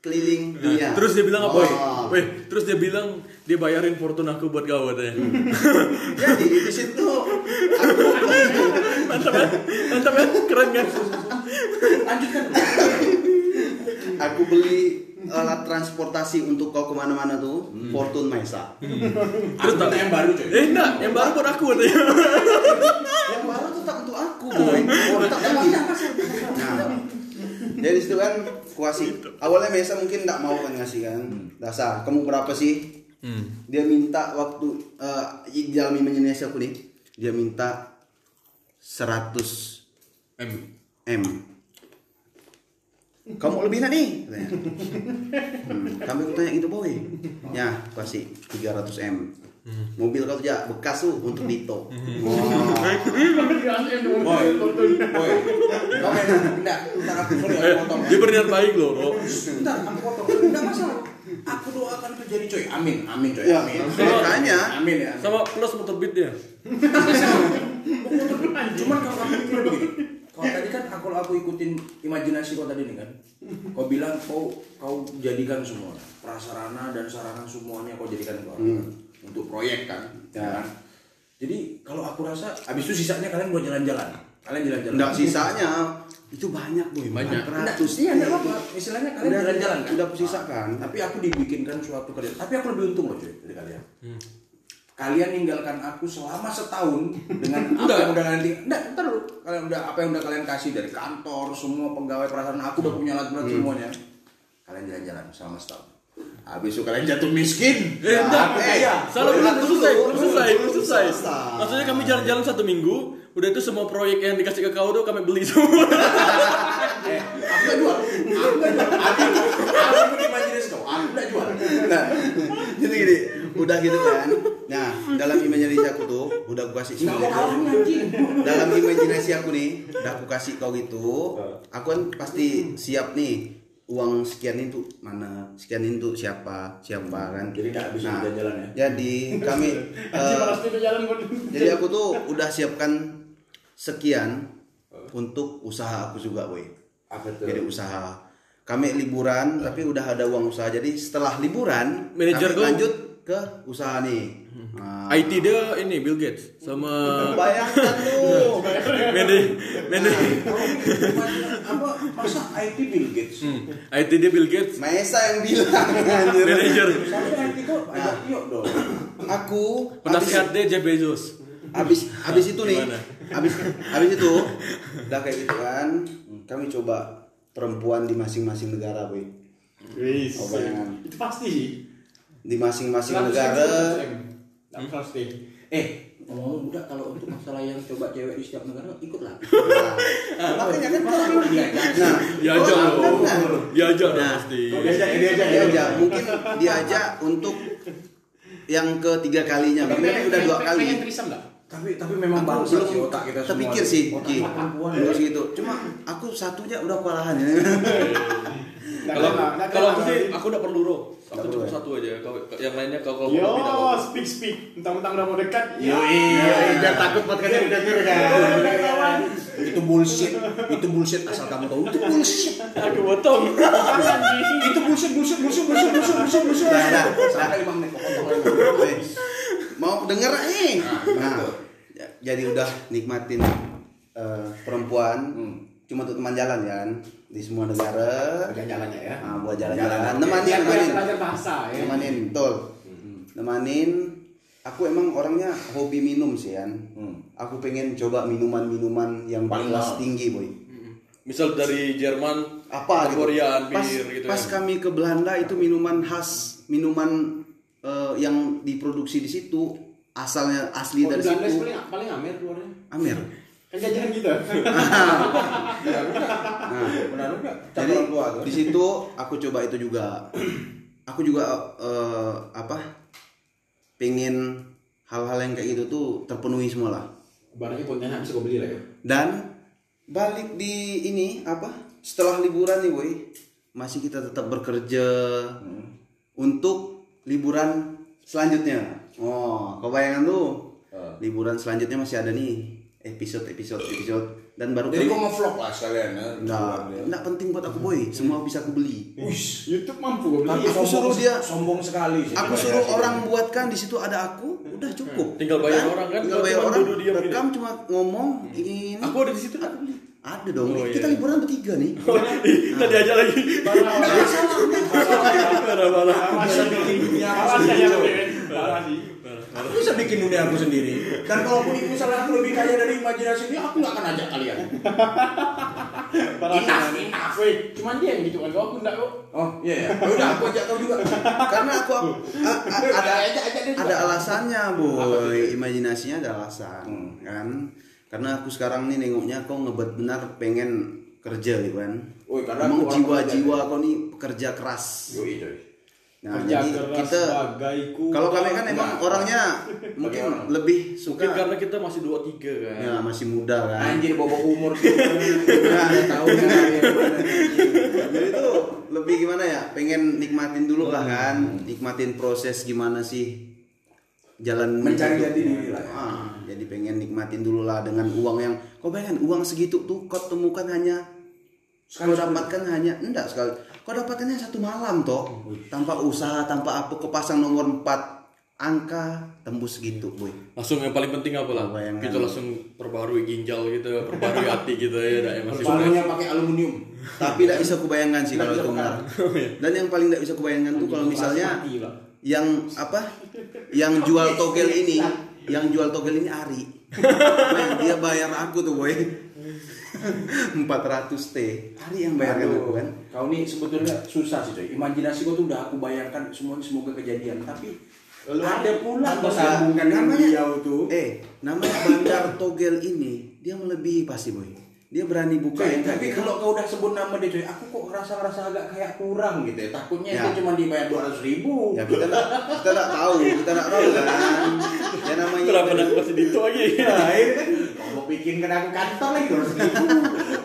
keliling Nah, dunia Ah. Terus dia bilang apa? Wah. Weh, Weh, terus dia bilang dia bayarin fortune aku buat eh. kau katanya. jadi di situ aku Mantap kan? Mantap kan? Keren kan? aku beli eh, alat transportasi untuk kau kemana-mana tuh Hmm. Fortune <laughs> Maesa Terus Aku minta yang baru coy. Eh, enggak, yang baru buat aku eh. katanya. yang baru tuh tak untuk aku Nah, boy tak lagi nah jadi di situ kan kuasi Gitu. awalnya Maesa mungkin tidak mau kan ngasih kan dasar kamu berapa sih Hmm. dia minta waktu eh, di dalam imajinasi aku nih dia minta 100 Em. m kamu lebih enak nih katanya. Hmm, kami aku tanya gitu boy ya aku kasih 300 m mobil kau tuh ya bekas tuh untuk Dito Wah. Boy, boy. Kau main enggak, entar aku sorry aku Eh, potong. dia berniat baik loh, kok. Entar aku potong. Enggak masalah. Aku doakan terjadi coy. Amin, amin coy. Ya, Amin. makanya. Amin ya. Sama plus motor beat dia. Cuman kalau aku mikir begini. Kalau tadi kan aku kalau aku ikutin imajinasi kau tadi nih kan. Kau bilang kau kau jadikan semua prasarana dan sarana semuanya kau jadikan kau untuk proyek kan. Ya. kan? Jadi kalau aku rasa abis itu sisanya kalian buat jalan-jalan. Kalian jalan-jalan. Nggak, sisanya itu banyak boy Banyak. 400 iya enggak apa-apa. Istilahnya kalian Udah, jalan-jalan kan. udah aku sisakan. Ah, Tapi aku dibikinkan suatu kerja. Tapi aku lebih untung loh cuy dari kalian. Kalian ninggalkan aku selama setahun <laughs> dengan apa Enggak. yang udah nanti. Enggak, ntar lu. Kalian udah apa yang udah kalian kasih dari kantor, semua pegawai perasaan aku udah punya alat berat semuanya. Kalian jalan-jalan selama setahun. Habis itu kalian jatuh miskin. Eh, enggak. eh, Eh, salah boleh belum dulu, belum selesai, belum dulu, selesai, dulu, belum selesai. selesai. Iya. Maksudnya kami jalan-jalan satu minggu, udah itu semua proyek yang dikasih ke kau tuh kami beli semua. Eh, Aku gak jual. Aku gak jual. Aku aku di majelis kau. Aku gak jual. nah jadi gini udah gitu kan nah dalam imajinasi aku tuh udah aku kasih Enggak mau semuanya kalah anjing. dalam imajinasi aku nih udah aku kasih kau gitu aku kan pasti siap nih uang sekian itu mana sekian itu siapa siapa kan Jadi nggak habis Nah, jalan-jalan ya? jadi <laughs> kami Anjing eh, malas di jalan gue. jadi aku tuh udah siapkan sekian untuk usaha aku juga boy Apa tuh? jadi usaha kami liburan tapi udah ada uang usaha jadi setelah liburan Manajer kami kau- Hmm. lanjut ke usaha nih. Nah, IT dia ini Bill Gates sama bayangkan lu. Mende Mende Iya. apa masa IT Bill Gates? Hmm, IT dia Bill Gates Mesa yang bilang anjir. manager Seharusnya IT itu agak Tio dong. Aku habis, penasihat dia Jeff Bezos habis habis itu nih. Gimana? Habis habis itu udah kayak gitu kan. Kami coba perempuan di masing-masing negara, Boy. Wis. Oh, bayangan. ya? Itu pasti sih. Di masing-masing 100% negara. 100%. Nggak pasti. Eh, ngomong udah kalau untuk masalah yang coba cewek di setiap negara <laughs> ikutlah. Nah, makanya kan kalau lu diajak. Nah, Ya aja kalau kan, dong nah, Ya aja dong Nah. pasti Ya, Diajak, diajak, diajak. Mungkin diajak untuk yang ketiga kalinya. Mungkin Pengen- udah dua pengen- kali. Pengen terisam nggak? tapi tapi memang Aku bangsa belum sih otak kita semua. terpikir sih Otak Ki perempuan ya. terus gitu cuma aku satunya udah <laughs> kewalahan ya nah, Kalau Nggak, nggak, kalau aku nggak, sih nggak. aku udah perlu roh Nggak Aku cuma perlu ya? satu aja Kalau yang lainnya kalau kalau Yo, mau pindah, aku- speak speak. Mentang-mentang udah mau dekat. yo. iya. Nah. udah takut makanya udah denger kan itu bullshit itu bullshit asal kamu tahu itu bullshit Aku <laughs> potong itu bullshit bullshit bullshit bullshit bullshit bullshit bullshit Nah, nah, sampai lima menit potong lagi. Eh, mau denger nggak nih nah j- jadi udah nikmatin eh, perempuan Hmm. cuma tuh teman jalan kan di semua negara Udah jalannya ya. nah, buat jalan-jalan nemanin Biar gue yang nemanin belajar bahasa ya. Hmm. nemanin betul nemanin aku emang orangnya hobi minum sih kan Hmm. aku pengen coba minuman-minuman yang Paling kelas mahal. tinggi boy Misal dari Jerman apa gitu. Koreaan pas, bir gitu pas ya kami ke Belanda itu minuman khas minuman eh, yang diproduksi di situ asalnya asli Oh, Kalau dari di Belanda sih situ paling paling Amer keluarnya. Amer Kan jajan gitu. benar enggak jadi di situ aku coba itu juga aku juga eh, apa pengen hal-hal yang kayak gitu tuh terpenuhi semua lah Barangnya kontennya bisa gue beli lah ya. dan balik di ini apa setelah liburan nih boy masih kita tetap bekerja Hmm. untuk liburan selanjutnya oh kebayangan lu Ah. Eh. liburan selanjutnya masih ada nih episode episode episode dan baru jadi kok kami- ngevlog lah sekalian ya Nggak, nggak penting buat aku Hmm. boy semua bisa aku beli Wih, YouTube mampu gue beli. tapi Aku suruh sombong- dia- sombong sekali sih. aku suruh orang buatkan di situ ada aku udah cukup Hmm. Tinggal bayar orang kan, tinggal cuma bayar orang duduk diam Hmm. rekam cuma ngomong ini Aku ada di situ kan? ada dong Oh, iya. kita liburan bertiga <laughs> nih Tadi aja lagi Parah-parah bisa bikin dunia aku Parah sih, sendiri, ya, coy. Ben. Parah sih. aku bisa bikin dunia aku sendiri dan kalau misalnya aku lebih kaya dari imajinasi ini aku nggak akan ajak kalian Parah sih. Weh, cuman dia yang gitu kan. Kalau aku enggak kok. oh iya ya Ya udah aku ajak kau juga karena aku aku- a- a- ada Ajak, ajak dia juga. ada alasannya boy imajinasinya ada alasan Hmm. kan karena aku sekarang nih nengoknya kau ngebet benar pengen kerja gitu kan Woi, karena aku emang orang jiwa-jiwa kau nih pekerja keras yoi coy nah Kerja jadi keras kita sebagai kuda. kalau kami kan emang Enggak. orangnya mungkin orang. lebih Mungkin suka karena kita masih 2-3 kan ya masih muda kan anjir bobo umur tuh nggak tahu kan? jadi tuh lebih gimana ya pengen nikmatin dulu lah kan nikmatin proses gimana sih jalan Mencari hidup. jati diri lah ya. Ah, jadi pengen nikmatin dulu lah dengan uang yang kau bayangin uang segitu tuh kau temukan hanya kau dapatkan hanya enggak sekali kau dapatkannya satu malam toh tanpa usaha tanpa apa kau pasang nomor 4 angka tembus segitu boy langsung yang paling penting apa lah Bayangan. kita langsung perbarui ginjal gitu perbarui hati gitu ya dah, yang masih fresh. Semuanya pakai aluminium tapi tidak bisa kubayangkan sih kalau Nggak itu bisa benar dan yang paling tidak bisa kubayangkan tuh kalau misalnya Mati, Pak. yang apa yang jual togel ini yang jual togel ini Ari Nah, dia bayar aku tuh boy 400 t Ari yang bayarkan aku kan Kau nih sebetulnya susah sih coy. Imajinasi gua tuh udah aku bayangkan semuanya semoga kejadian. Tapi ada pula kau sambungkan dengan Namanya- beliau tuh. eh namanya bandar togel ini dia melebihi pasti boy dia berani buka Coy, yang tapi kayak gitu. kalau kau udah sebut nama dia coy, aku kok ngerasa-ngerasa agak kayak kurang gitu ya. Takutnya Ya. itu cuma dibayar 200 ribu. ya kita nggak kita nggak tahu kita nggak tahu kan ya namanya kenapa nak masih dito iya, lagi <laughs> Lain kan, kau bikin kan aku kantor lagi 200 <laughs> ribu.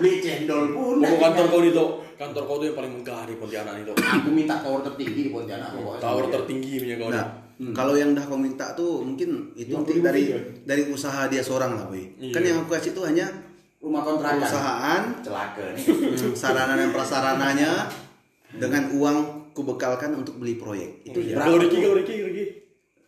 Beli cendol pun. Buku kantor kau dito kantor kau tuh yang paling megah di Pontianak itu Aku minta tower tertinggi di Pontianak. pokoknya. tower tertinggi punya kau Nah, nih kalau yang dah kau minta tuh mungkin itu nanti dari dari usaha dia seorang lah, boy. Kan yang aku kasih itu hanya Rumah kontrakan. perusahaan, Celaka <laughs> nih. mm, sarana dan prasarananya dengan uang kubekalkan untuk beli proyek. Itu kau Riki kau Riki Riki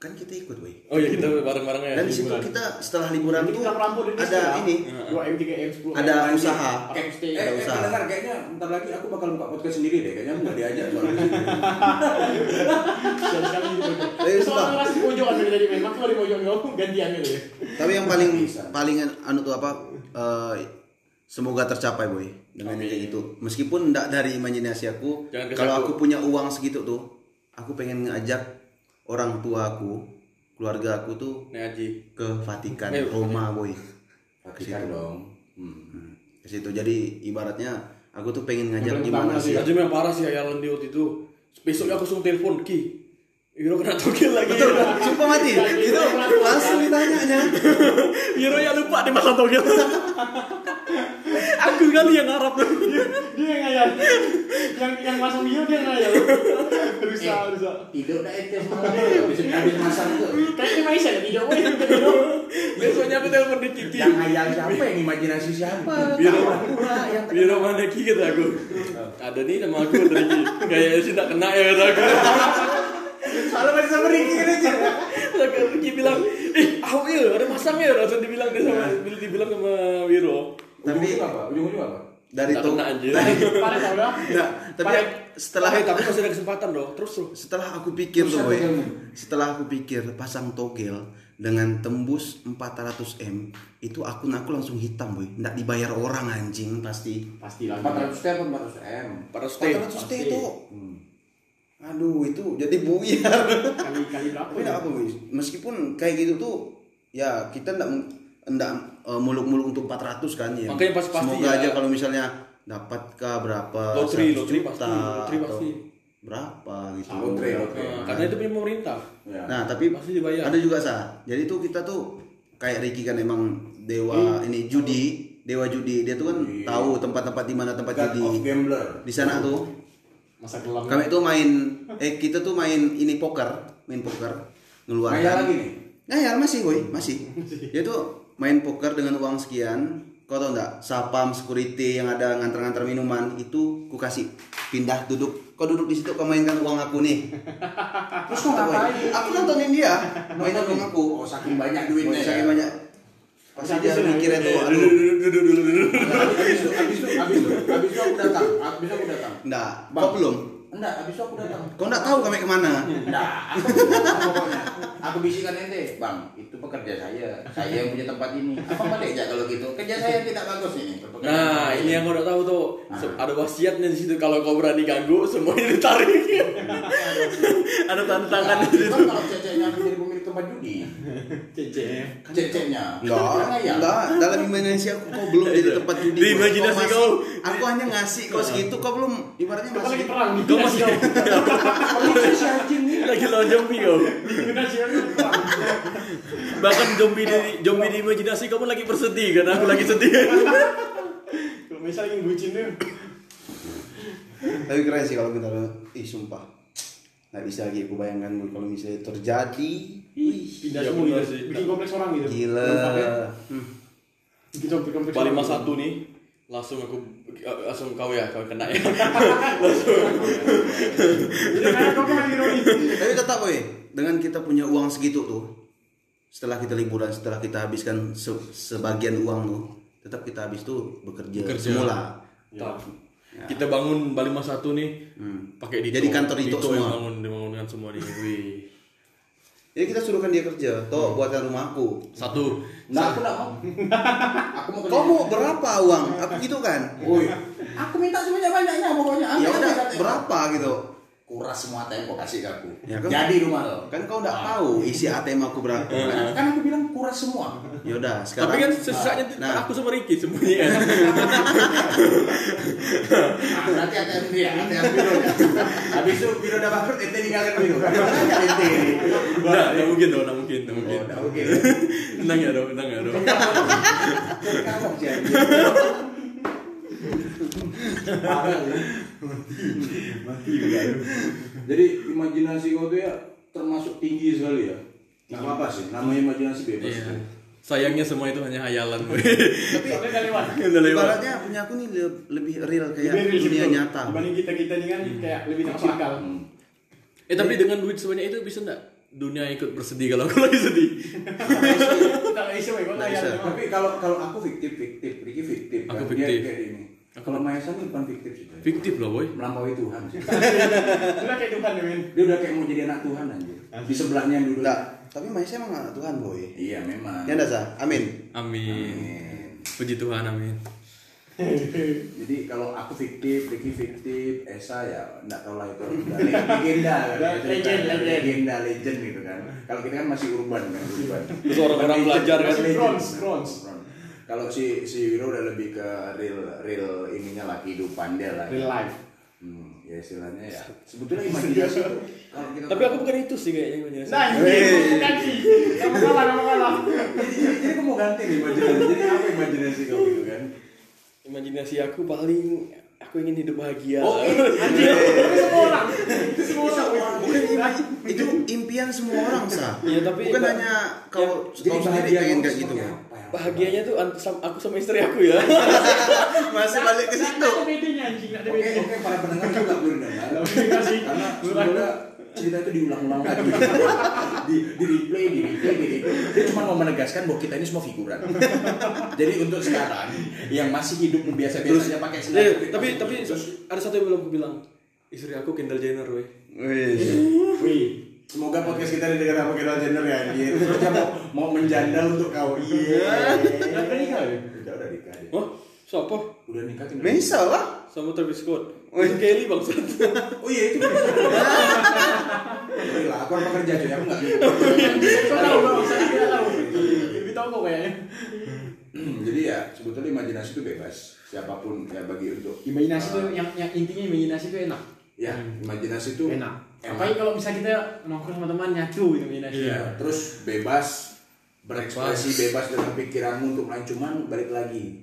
kan kita ikut woi Oh iya kita bareng-bareng ya. dan di situ liburan. kita setelah liburan Nanti itu kita merampok di ada ini Hmm. 2M, 3M, 10M ada usaha Eh, eh, Ada eh, usaha. pendengar, kayaknya ntar lagi aku bakal buka podcast sendiri deh. Kayaknya aku nggak diajak <laughs> soalnya. Iya. Sekali-sekali gitu Eh, stop. Soalnya ngerasa di pojokan dari tadi men Maksudnya di pojokan kau gantian gitu ya tapi yang paling Bisa. paling anu tuh apa eh, semoga tercapai boy dengan yang kayak gitu meskipun ndak dari imajinasi aku Jangan ke kalau saku. aku punya uang segitu tuh aku pengen ngajak orang tua aku keluarga aku tuh Nih Haji. ke Vatikan Eh, Roma boy Perhatikan dong. Hmm. Hmm, ke situ jadi ibaratnya aku tuh pengen ngajak Yang paling gimana utama sih sih. Haji memang parah sih ayalan di waktu itu. Besoknya aku langsung telepon Ki. Iro kena togel lagi. gitu. Betul, sumpah mati. Itu langsung ditanyanya. Iro yang lupa di masa togel. aku kali yang ngarap Dia yang ngayal Yang yang masuk video dia yang ngayal Eh. Rusak, rusak Tidur dah itu semalam. Besok habis masak <laughs> tuh. Kayaknya Maisa ya, tidak boleh Besoknya aku telepon di Kiki. Yang ngayal siapa? Yang imajinasi siapa? Biro Biro mana Ki kata aku. Ada nih sama aku kata Ki. Kayaknya sih tak kena ya kata aku. Soalnya masih sama Ricky kan aja. Terus aku Ki bilang, "Ih, aku ya, ada masang ya." Langsung dibilang dia sama dibilang sama Wiro. Tapi Ujung-ujung apa? Ujung-ujung apa? dari Tak tuh kena anjir. Parah tau dah Nah, tapi Pare- setelah Eh, tapi masih ada kesempatan loh. Terus loh. setelah aku pikir tuh, Terus Boy. apa ilmu? Setelah aku pikir pasang togel dengan tembus 400M itu akun aku langsung hitam, Boy. Nggak dibayar orang anjing pasti. Pastilah 400 T atau 400 M? Para stay. 400T itu. Aduh, itu jadi buyar. Kali kali berapa ya? Tapi nggak apa, Boy. Meskipun kayak gitu tuh ya kita nggak nggak eh, muluk-muluk untuk 400 kan ya. Makanya pas-pasti Semoga ya. aja kalau misalnya dapatkah berapa Lotri, 100 lotri juta pasti, lotri atau pasti. berapa gitu. Oke, oke. Nah, karena itu punya pemerintah. Ya. Nah, tapi Pasti dibayar. ada juga sah. Jadi tuh kita tuh kayak Ricky kan emang dewa ini judi, dewa judi. Dia tuh kan tahu tempat-tempat di mana tempat God of judi. Gambler. Di sana tuh Masa kelam kami tuh main eh kita tuh main ini poker, main poker ngeluarkan. Ngayal lagi nih? Ngayal masih, woi, masih. Dia tuh main poker dengan uang sekian. Kau tau nggak? Sapam security yang ada nganter-nganter minuman itu ku kasih pindah duduk. Kau duduk di situ kau mainkan uang aku <laughs> nih. Terus kok Woi, ngapain? Aku nontonin dia mainkan uang aku. Oh, saking banyak Wah, duitnya. ya. saking Iya, banyak. Pasti dia mikirnya tuh, Dulu, aduh, dulu, dulu, dulu, dulu. Nah, Habis itu, habis itu, habis itu, habis itu aku datang. Habis itu aku datang. enggak, Bang. kau belum. Enggak, habis itu aku datang. Kau enggak tahu kami kemana. Enggak, aku bilang pokoknya. Aku bisikan ente, Bang, itu pekerja saya. Saya yang punya tempat ini. Apa boleh ya kalau gitu? Kerja saya tidak bagus ini. Nah, ini yang kau udah tahu tuh. Nah. Se- Ada wasiatnya di situ kalau kau berani ganggu, semuanya <laughs> ditarik. ada tanda tangan tangan di situ. Nah, kan kalau ceceknya aku jadi pemilik tempat judi. Cece Ceceknya. Enggak, Karena ya. enggak. Dalam imajinasi aku kau belum jadi tempat judi. Di Kau imajinasi masih- kau. Aku hanya ngasih kau segitu, kau belum ibaratnya Kita lagi masih. perang Kau masih <laughs> Perlu si anjing ini. Lagi lawan zombie kau. Kita siapa perang Bahkan zombie di zombie di imajinasi kamu lagi bersedih karena aku lagi sedih. Kalau Maisa lagi bucin tuh Tapi keren sih kalau kita, ih sumpah, nggak bisa lagi aku bayangkan Boy, kalau misalnya terjadi, Pindah iya, semua benar gitu. sih. Bikin kompleks orang gitu gila. Hmm. Bikin kompleks kompleks Paling orang. mas satu nih langsung aku langsung kau ya kau kena ya. Jadi kayak kau kan lagi Roy Tapi tetap boy, dengan kita punya uang segitu tuh, setelah kita liburan, setelah kita habiskan se- sebagian uang tuh, tetap kita habis tuh bekerja, Bekerja. semula. Ya. Tetap. Kita bangun Bali Mas satu nih. Pakai Dito. Hmm. Jadi kantor Dito yang semua. bangun dibangunkan semua nih. Wih. Jadi kita suruhkan dia kerja, toh buatkan rumahku. Satu. Enggak, Nah, aku enggak mau. Aku mau kerja. Kau mau berapa uang? Aku gitu kan. Woi, aku minta sebanyak-banyaknya pokoknya. Ya Ambil udah, aja katanya. berapa gitu? Kuras semua ATM kau kasih ke aku. Ya kan? Jadi rumah lo. Kan kau nggak tahu isi ATM aku berapa. Kan? Kan aku bilang kuras semua. Ya udah, Tapi sekarang. kan sesaknya nah. aku sama Ricky sembunyi kan. Nah, berarti ATM dia, ATM biro ya. Habis itu biro udah bangkrut, ente <laughs> tinggalkan biro. Nanya ente. Enggak, enggak mungkin dong, enggak mungkin, enggak Oh, mungkin. udah, <laughs> oke. Tenang ya dong, tenang ya dong. <laughs> Kamu sih. anjing. Parah lu. Mati juga lu. Jadi imajinasi kau tuh ya termasuk tinggi sekali ya. Gak apa-apa sih, namanya imajinasi bebas. Iya. kan. Sayangnya semua itu hanya <laughs> hayalan. boy. tapi Soalnya udah lewat Udah lewat. ibaratnya punya aku nih le- lebih real kayak Lebih realistic dunia tuh. nyata. Hmm. Dibanding kita kita ini kan kayak lebih masuk akal Eh tapi dengan duit sebanyak itu bisa enggak dunia ikut bersedih kalau aku <laughs> lagi sedih. Kita nggak isu ya, kok Nggak ngayal bisa. doang. Tapi kalau kalau aku fiktif, fiktif, Ricky fiktif. Aku kan? fiktif. Dia, dia ini. Kalau Maesa ini bukan fiktif sih. Coy. Fiktif loh boy. Melampaui Tuhan. sih. Udah kayak Tuhan ya, men. Dia udah kayak mau jadi anak Tuhan aja. Di sebelahnya yang duduk. Enggak, tapi Malaysia emang anak Tuhan boy. Iya memang. Ya enggak sah, amin. Amin. Amin. Puji Tuhan amin. Jadi kalau aku fiktif, Ricky fiktif, Esa ya nggak tahu lah itu Udah le- legenda kan, ya, cerita- Legend, legend. legenda, legend gitu kan. Kalau kita kan masih urban kan, urban. Terus orang-orang Legend, belajar kan. legend. Bronze, bronze. Kalau si si Wiro udah lebih ke real real ininya lah kehidupan dia lah. Real life. Hmm, ya istilahnya ya. Sebetulnya imajinasi itu kalau kita Tapi aku bukan itu sih kayaknya imajinasi. Nah, ini kamu ganti. Kamu kalah, kamu kalah. jadi, jadi, jadi aku mau ganti nih imajinasi. Jadi apa imajinasi kamu gitu kan? Imajinasi aku paling aku ingin hidup bahagia. Oh, ini Anjir, itu semua orang. Itu semua orang. Bukan impi- itu impian semua orang sah. Iya, tapi- bukan hanya kau jadi kau sendiri bahagia pengen kamu kayak gitu. seperti apa yang- Bahagianya tuh ant- sama- aku sama istri aku ya. Masih balik Nggak- ke situ. nggak ada bedanya, anjing. Nggak ada Oke, bedanya. oke para pendengar juga perlu dengar. Karena sebenarnya cerita itu diulang-ulang lagi. di, di replay, di replay, di replay. Dia cuma mau menegaskan bahwa kita ini semua figuran. Jadi untuk sekarang yang masih hidup biasa-biasanya pakai <laughs> Iya, sendal. tapi tapi ada satu yang belum aku bilang. Istri aku Kendall Jenner weh. Wih. Wih. Semoga podcast kita didengar sama kita gender ya <laughs> anjir. Terusnya mau mau menjandal untuk kau. Iya. Udah nikah ya? Udah udah nikah. dia. Oh, siapa? Udah nikah kan? Bisa lah. Sama Travis Scott. Wih, Kelly bangsat. Oh iya itu. kan. Gila, aku orang pekerja cuy, aku gitu. enggak. Kau tahu, Bang. Saya tidak tahu. Lebih tahu eh. kok kayaknya. <clears throat> Jadi ya sebetulnya imajinasi itu bebas. Siapapun ya bagi untuk eh, Imajinasi tuh yang, yang intinya imajinasi tuh enak. Ya, imajinasi itu Enak. Apalagi kalau bisa kita nongkrong sama teman nyatu gitu imajinasi. Iya, terus bebas berekspresi bebas dengan pikiranmu untuk lain cuman balik lagi.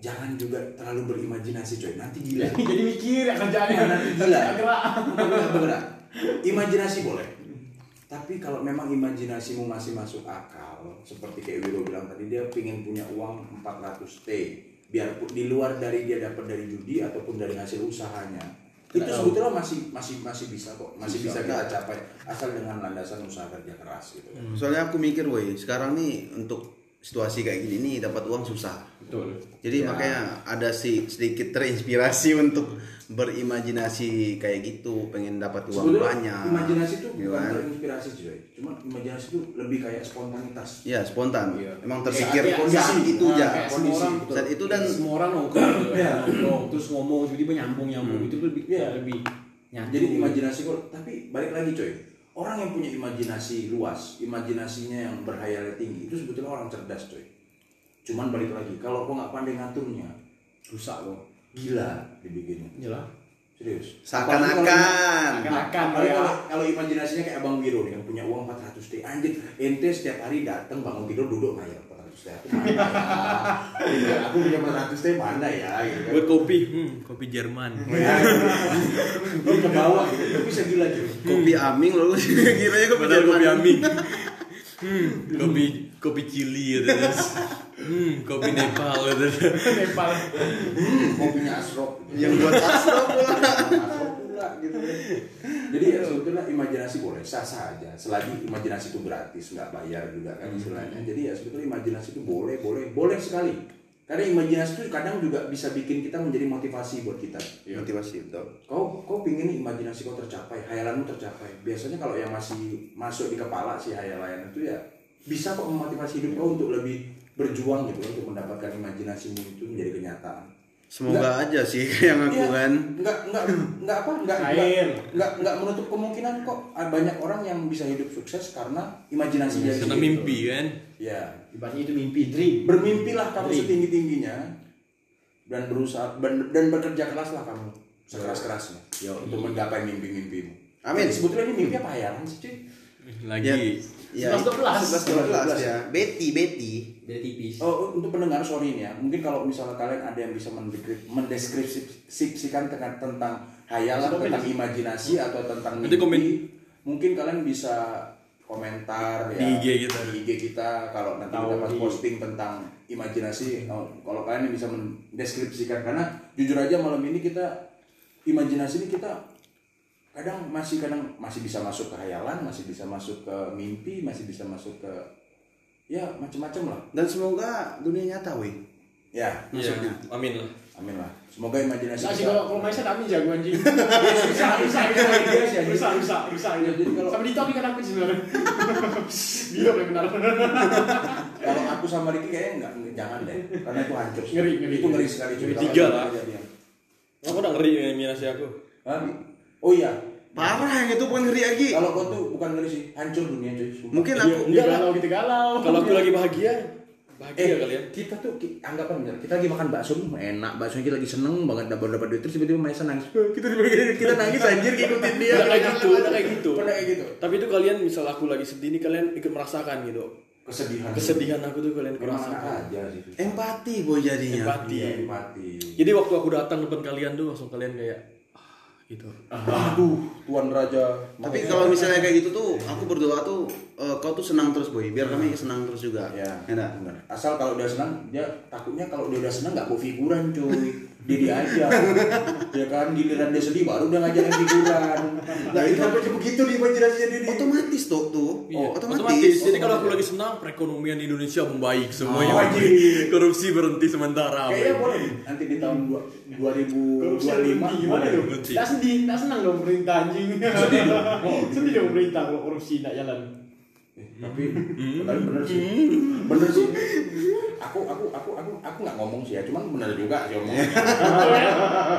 Jangan juga terlalu berimajinasi coy, nanti gila. <laughs> Jadi mikir ya kerjaannya <laughs> Nanti gila. Nggak gerak. Nggak bergerak. Imajinasi boleh. Tapi kalau memang imajinasimu masih masuk akal, seperti kayak Wiro bilang tadi dia pingin punya uang 400 t, biarpun di luar dari dia dapat dari judi ataupun dari hasil usahanya, itu sebetulnya masih masih masih bisa kok, masih bisa, kita capai asal dengan landasan usaha kerja keras gitu. kan. Soalnya aku mikir woi, sekarang nih untuk situasi kayak gini nih dapat uang susah. Betul. Jadi makanya ada si sedikit terinspirasi <laughs> untuk berimajinasi kayak gitu, pengen dapat uang Sebetulnya banyak. imajinasi itu Iya bukan kan? terinspirasi cuy, cuman imajinasi itu lebih kayak spontanitas. Iya, spontan. Emang terpikir Kayak- kayak saat itu nah, aja. kayak semua orang Saat itu dan Iya. semua orang <laughs> nongkrong, nongkrong, terus ngomong tiba-tiba nyambung Hmm. nyambung itu Iya. lebih ya lebih nyatu. Jadi imajinasi gua- tapi balik lagi coy. Orang yang punya imajinasi luas, imajinasinya yang berhayalnya tinggi, itu sebetulnya orang cerdas coy. Cuman balik lagi, kalau kau nggak pandai ngaturnya, rusak kau. Gila dibikinnya. Jelas. Serius. seakan-akan Akan-akan Apalagi ya. kalau, kalau imajinasinya kayak Abang Wiro nih, yang punya uang 400 t anjir ente setiap hari datang bangun tidur duduk "Nah, ngayal 400 t aku mana ya Iya, aku punya 400 t mana ya gitu kan Buat kopi, hmm, kopi Jerman. Lu ke bawah gitu lu bisa gila gitu kopi aming <laughs> lalu kiranya kopi Padahal kopi Jerman. <laughs> aming. Hmm, kopi kopi Chili gitu. Hmm, kopi Nepal Iya, gitu. <laughs> Nepal. kopinya asrop gitu. yang buat astro pula Asrop pula gitu kan jadi ya sebetulnya imajinasi boleh sah sah aja selagi imajinasi itu gratis nggak bayar juga kan istilahnya jadi ya sebetulnya imajinasi itu boleh boleh boleh sekali karena imajinasi itu kadang juga bisa bikin kita menjadi motivasi buat kita Iya. motivasi itu kau kau pingin nih imajinasi kau tercapai hayalanmu tercapai biasanya kalau yang masih masuk di kepala si hayalan itu ya bisa kok memotivasi hidup kau untuk lebih berjuang gitu untuk mendapatkan imajinasimu itu menjadi kenyataan semoga aja sih <laughs> yang aku Iya, kan nggak nggak nggak apa nggak Cair. nggak nggak nggak menutup kemungkinan kok ada banyak orang yang bisa hidup sukses karena iya, imajinasinya Iya, Karena sendiri. mimpi kan. ya Ibaratnya itu mimpi dream. bermimpilah kamu Jadi. setinggi tingginya dan berusaha dan, dan bekerja keraslah kamu sekeras kerasnya Iya. untuk menggapai mimpi mimpimu Amin. Jadi sebetulnya ini mimpi apa hayalan sih cuy ya Iya. Lagi. ya 11-12. 11-12 ya Betty Betty Beda tipis. Oh, untuk pendengar sorry ini ya, mungkin kalau misalnya kalian ada yang bisa mendekri- mendeskripsikan tentang, tentang hayalan, tentang imajinasi atau tentang Nanti komen. mungkin kalian bisa komentar ya, Di IG kita. di IG kita kalau nanti Atau kita pas di- posting tentang Hmm. imajinasi, oh, kalau kalian bisa mendeskripsikan karena jujur aja malam ini kita imajinasi ini kita kadang masih kadang masih bisa masuk ke hayalan masih bisa masuk ke mimpi masih bisa masuk ke ya macam-macam lah Dan semoga dunia nyata, weh. ya Iya, amin lah. amin lah semoga imajinasi Nah, sih kita- kalau kalau main saya jago anjing. Rusak, rusak, rusak, rusak, rusak, rusak. Jadi kalau- Sama Dito kan aku ikan aku sebenarnya. <laughs> Gila bener benar. kalau aku sama Ricky kayaknya nggak nggak- jangan deh karena itu hancur Ngeri, ngeri. itu ngeri sekali cuy Ngeri kalau tiga itu lah. kejadian. Aku udah ngeri ya, minasi aku. Hah? oh iya Parah yang itu bukan ngeri lagi. kalau kau tuh bukan ngeri sih hancur dunia cuy sumpah. Mungkin Iya, aku enggak lah. Galau gitu galau. Kalau aku lagi bahagia, bahagia Eh, kali ya. kita tuh ki- anggapan bener, kita lagi makan bakso nih, enak baksonya kita lagi seneng banget dapat dapat duit terus tiba-tiba Maisa nangis. <laughs> Kita tiba-tiba kita nangis anjir ngikutin dia. Udah kayak gitu, udah kayak gitu. Pernah kayak gitu. Tapi itu kalian misal aku lagi sedih nih kalian ikut merasakan gitu. Kesedihan. Kesedihan aku tuh kalian ikut Emang merasakan. aja sih. empati boy jadinya. Empati. Iya, empati. Jadi waktu aku datang depan kalian tuh langsung kalian kayak ah, gitu. Aduh, Tuan Raja. Tapi kalau misalnya kayak gitu tuh, aku berdoa tuh eh, kau tuh senang terus boy, biar kami Iya. senang terus juga. ya, Ya enggak? bener. Asal kalau dia senang, dia takutnya kalau dia udah senang nggak mau figuran cuy. Diri aja. ya kan giliran dia sedih baru dia ngajarin figuran. Nah, itu apa begitu nih imajinasinya dia. nih. Otomatis tuh tuh. Iya, Oh, otomatis. Jadi kalau aku lagi senang, perekonomian di Indonesia membaik semuanya. Oh, membaik. <laughs> Korupsi berhenti sementara. Kayaknya boleh nih, nanti di tahun dua- Korupsi 2025 gimana dong? Berhenti. Tak sedih, tak senang dong pemerintah anjing. Sedih dong. <laughs> Sedih dong pemerintah kalau korupsi tak jalan. tapi tapi bener sih bener sih aku aku aku aku aku nggak ngomong sih ya cuman bener juga sih omongnya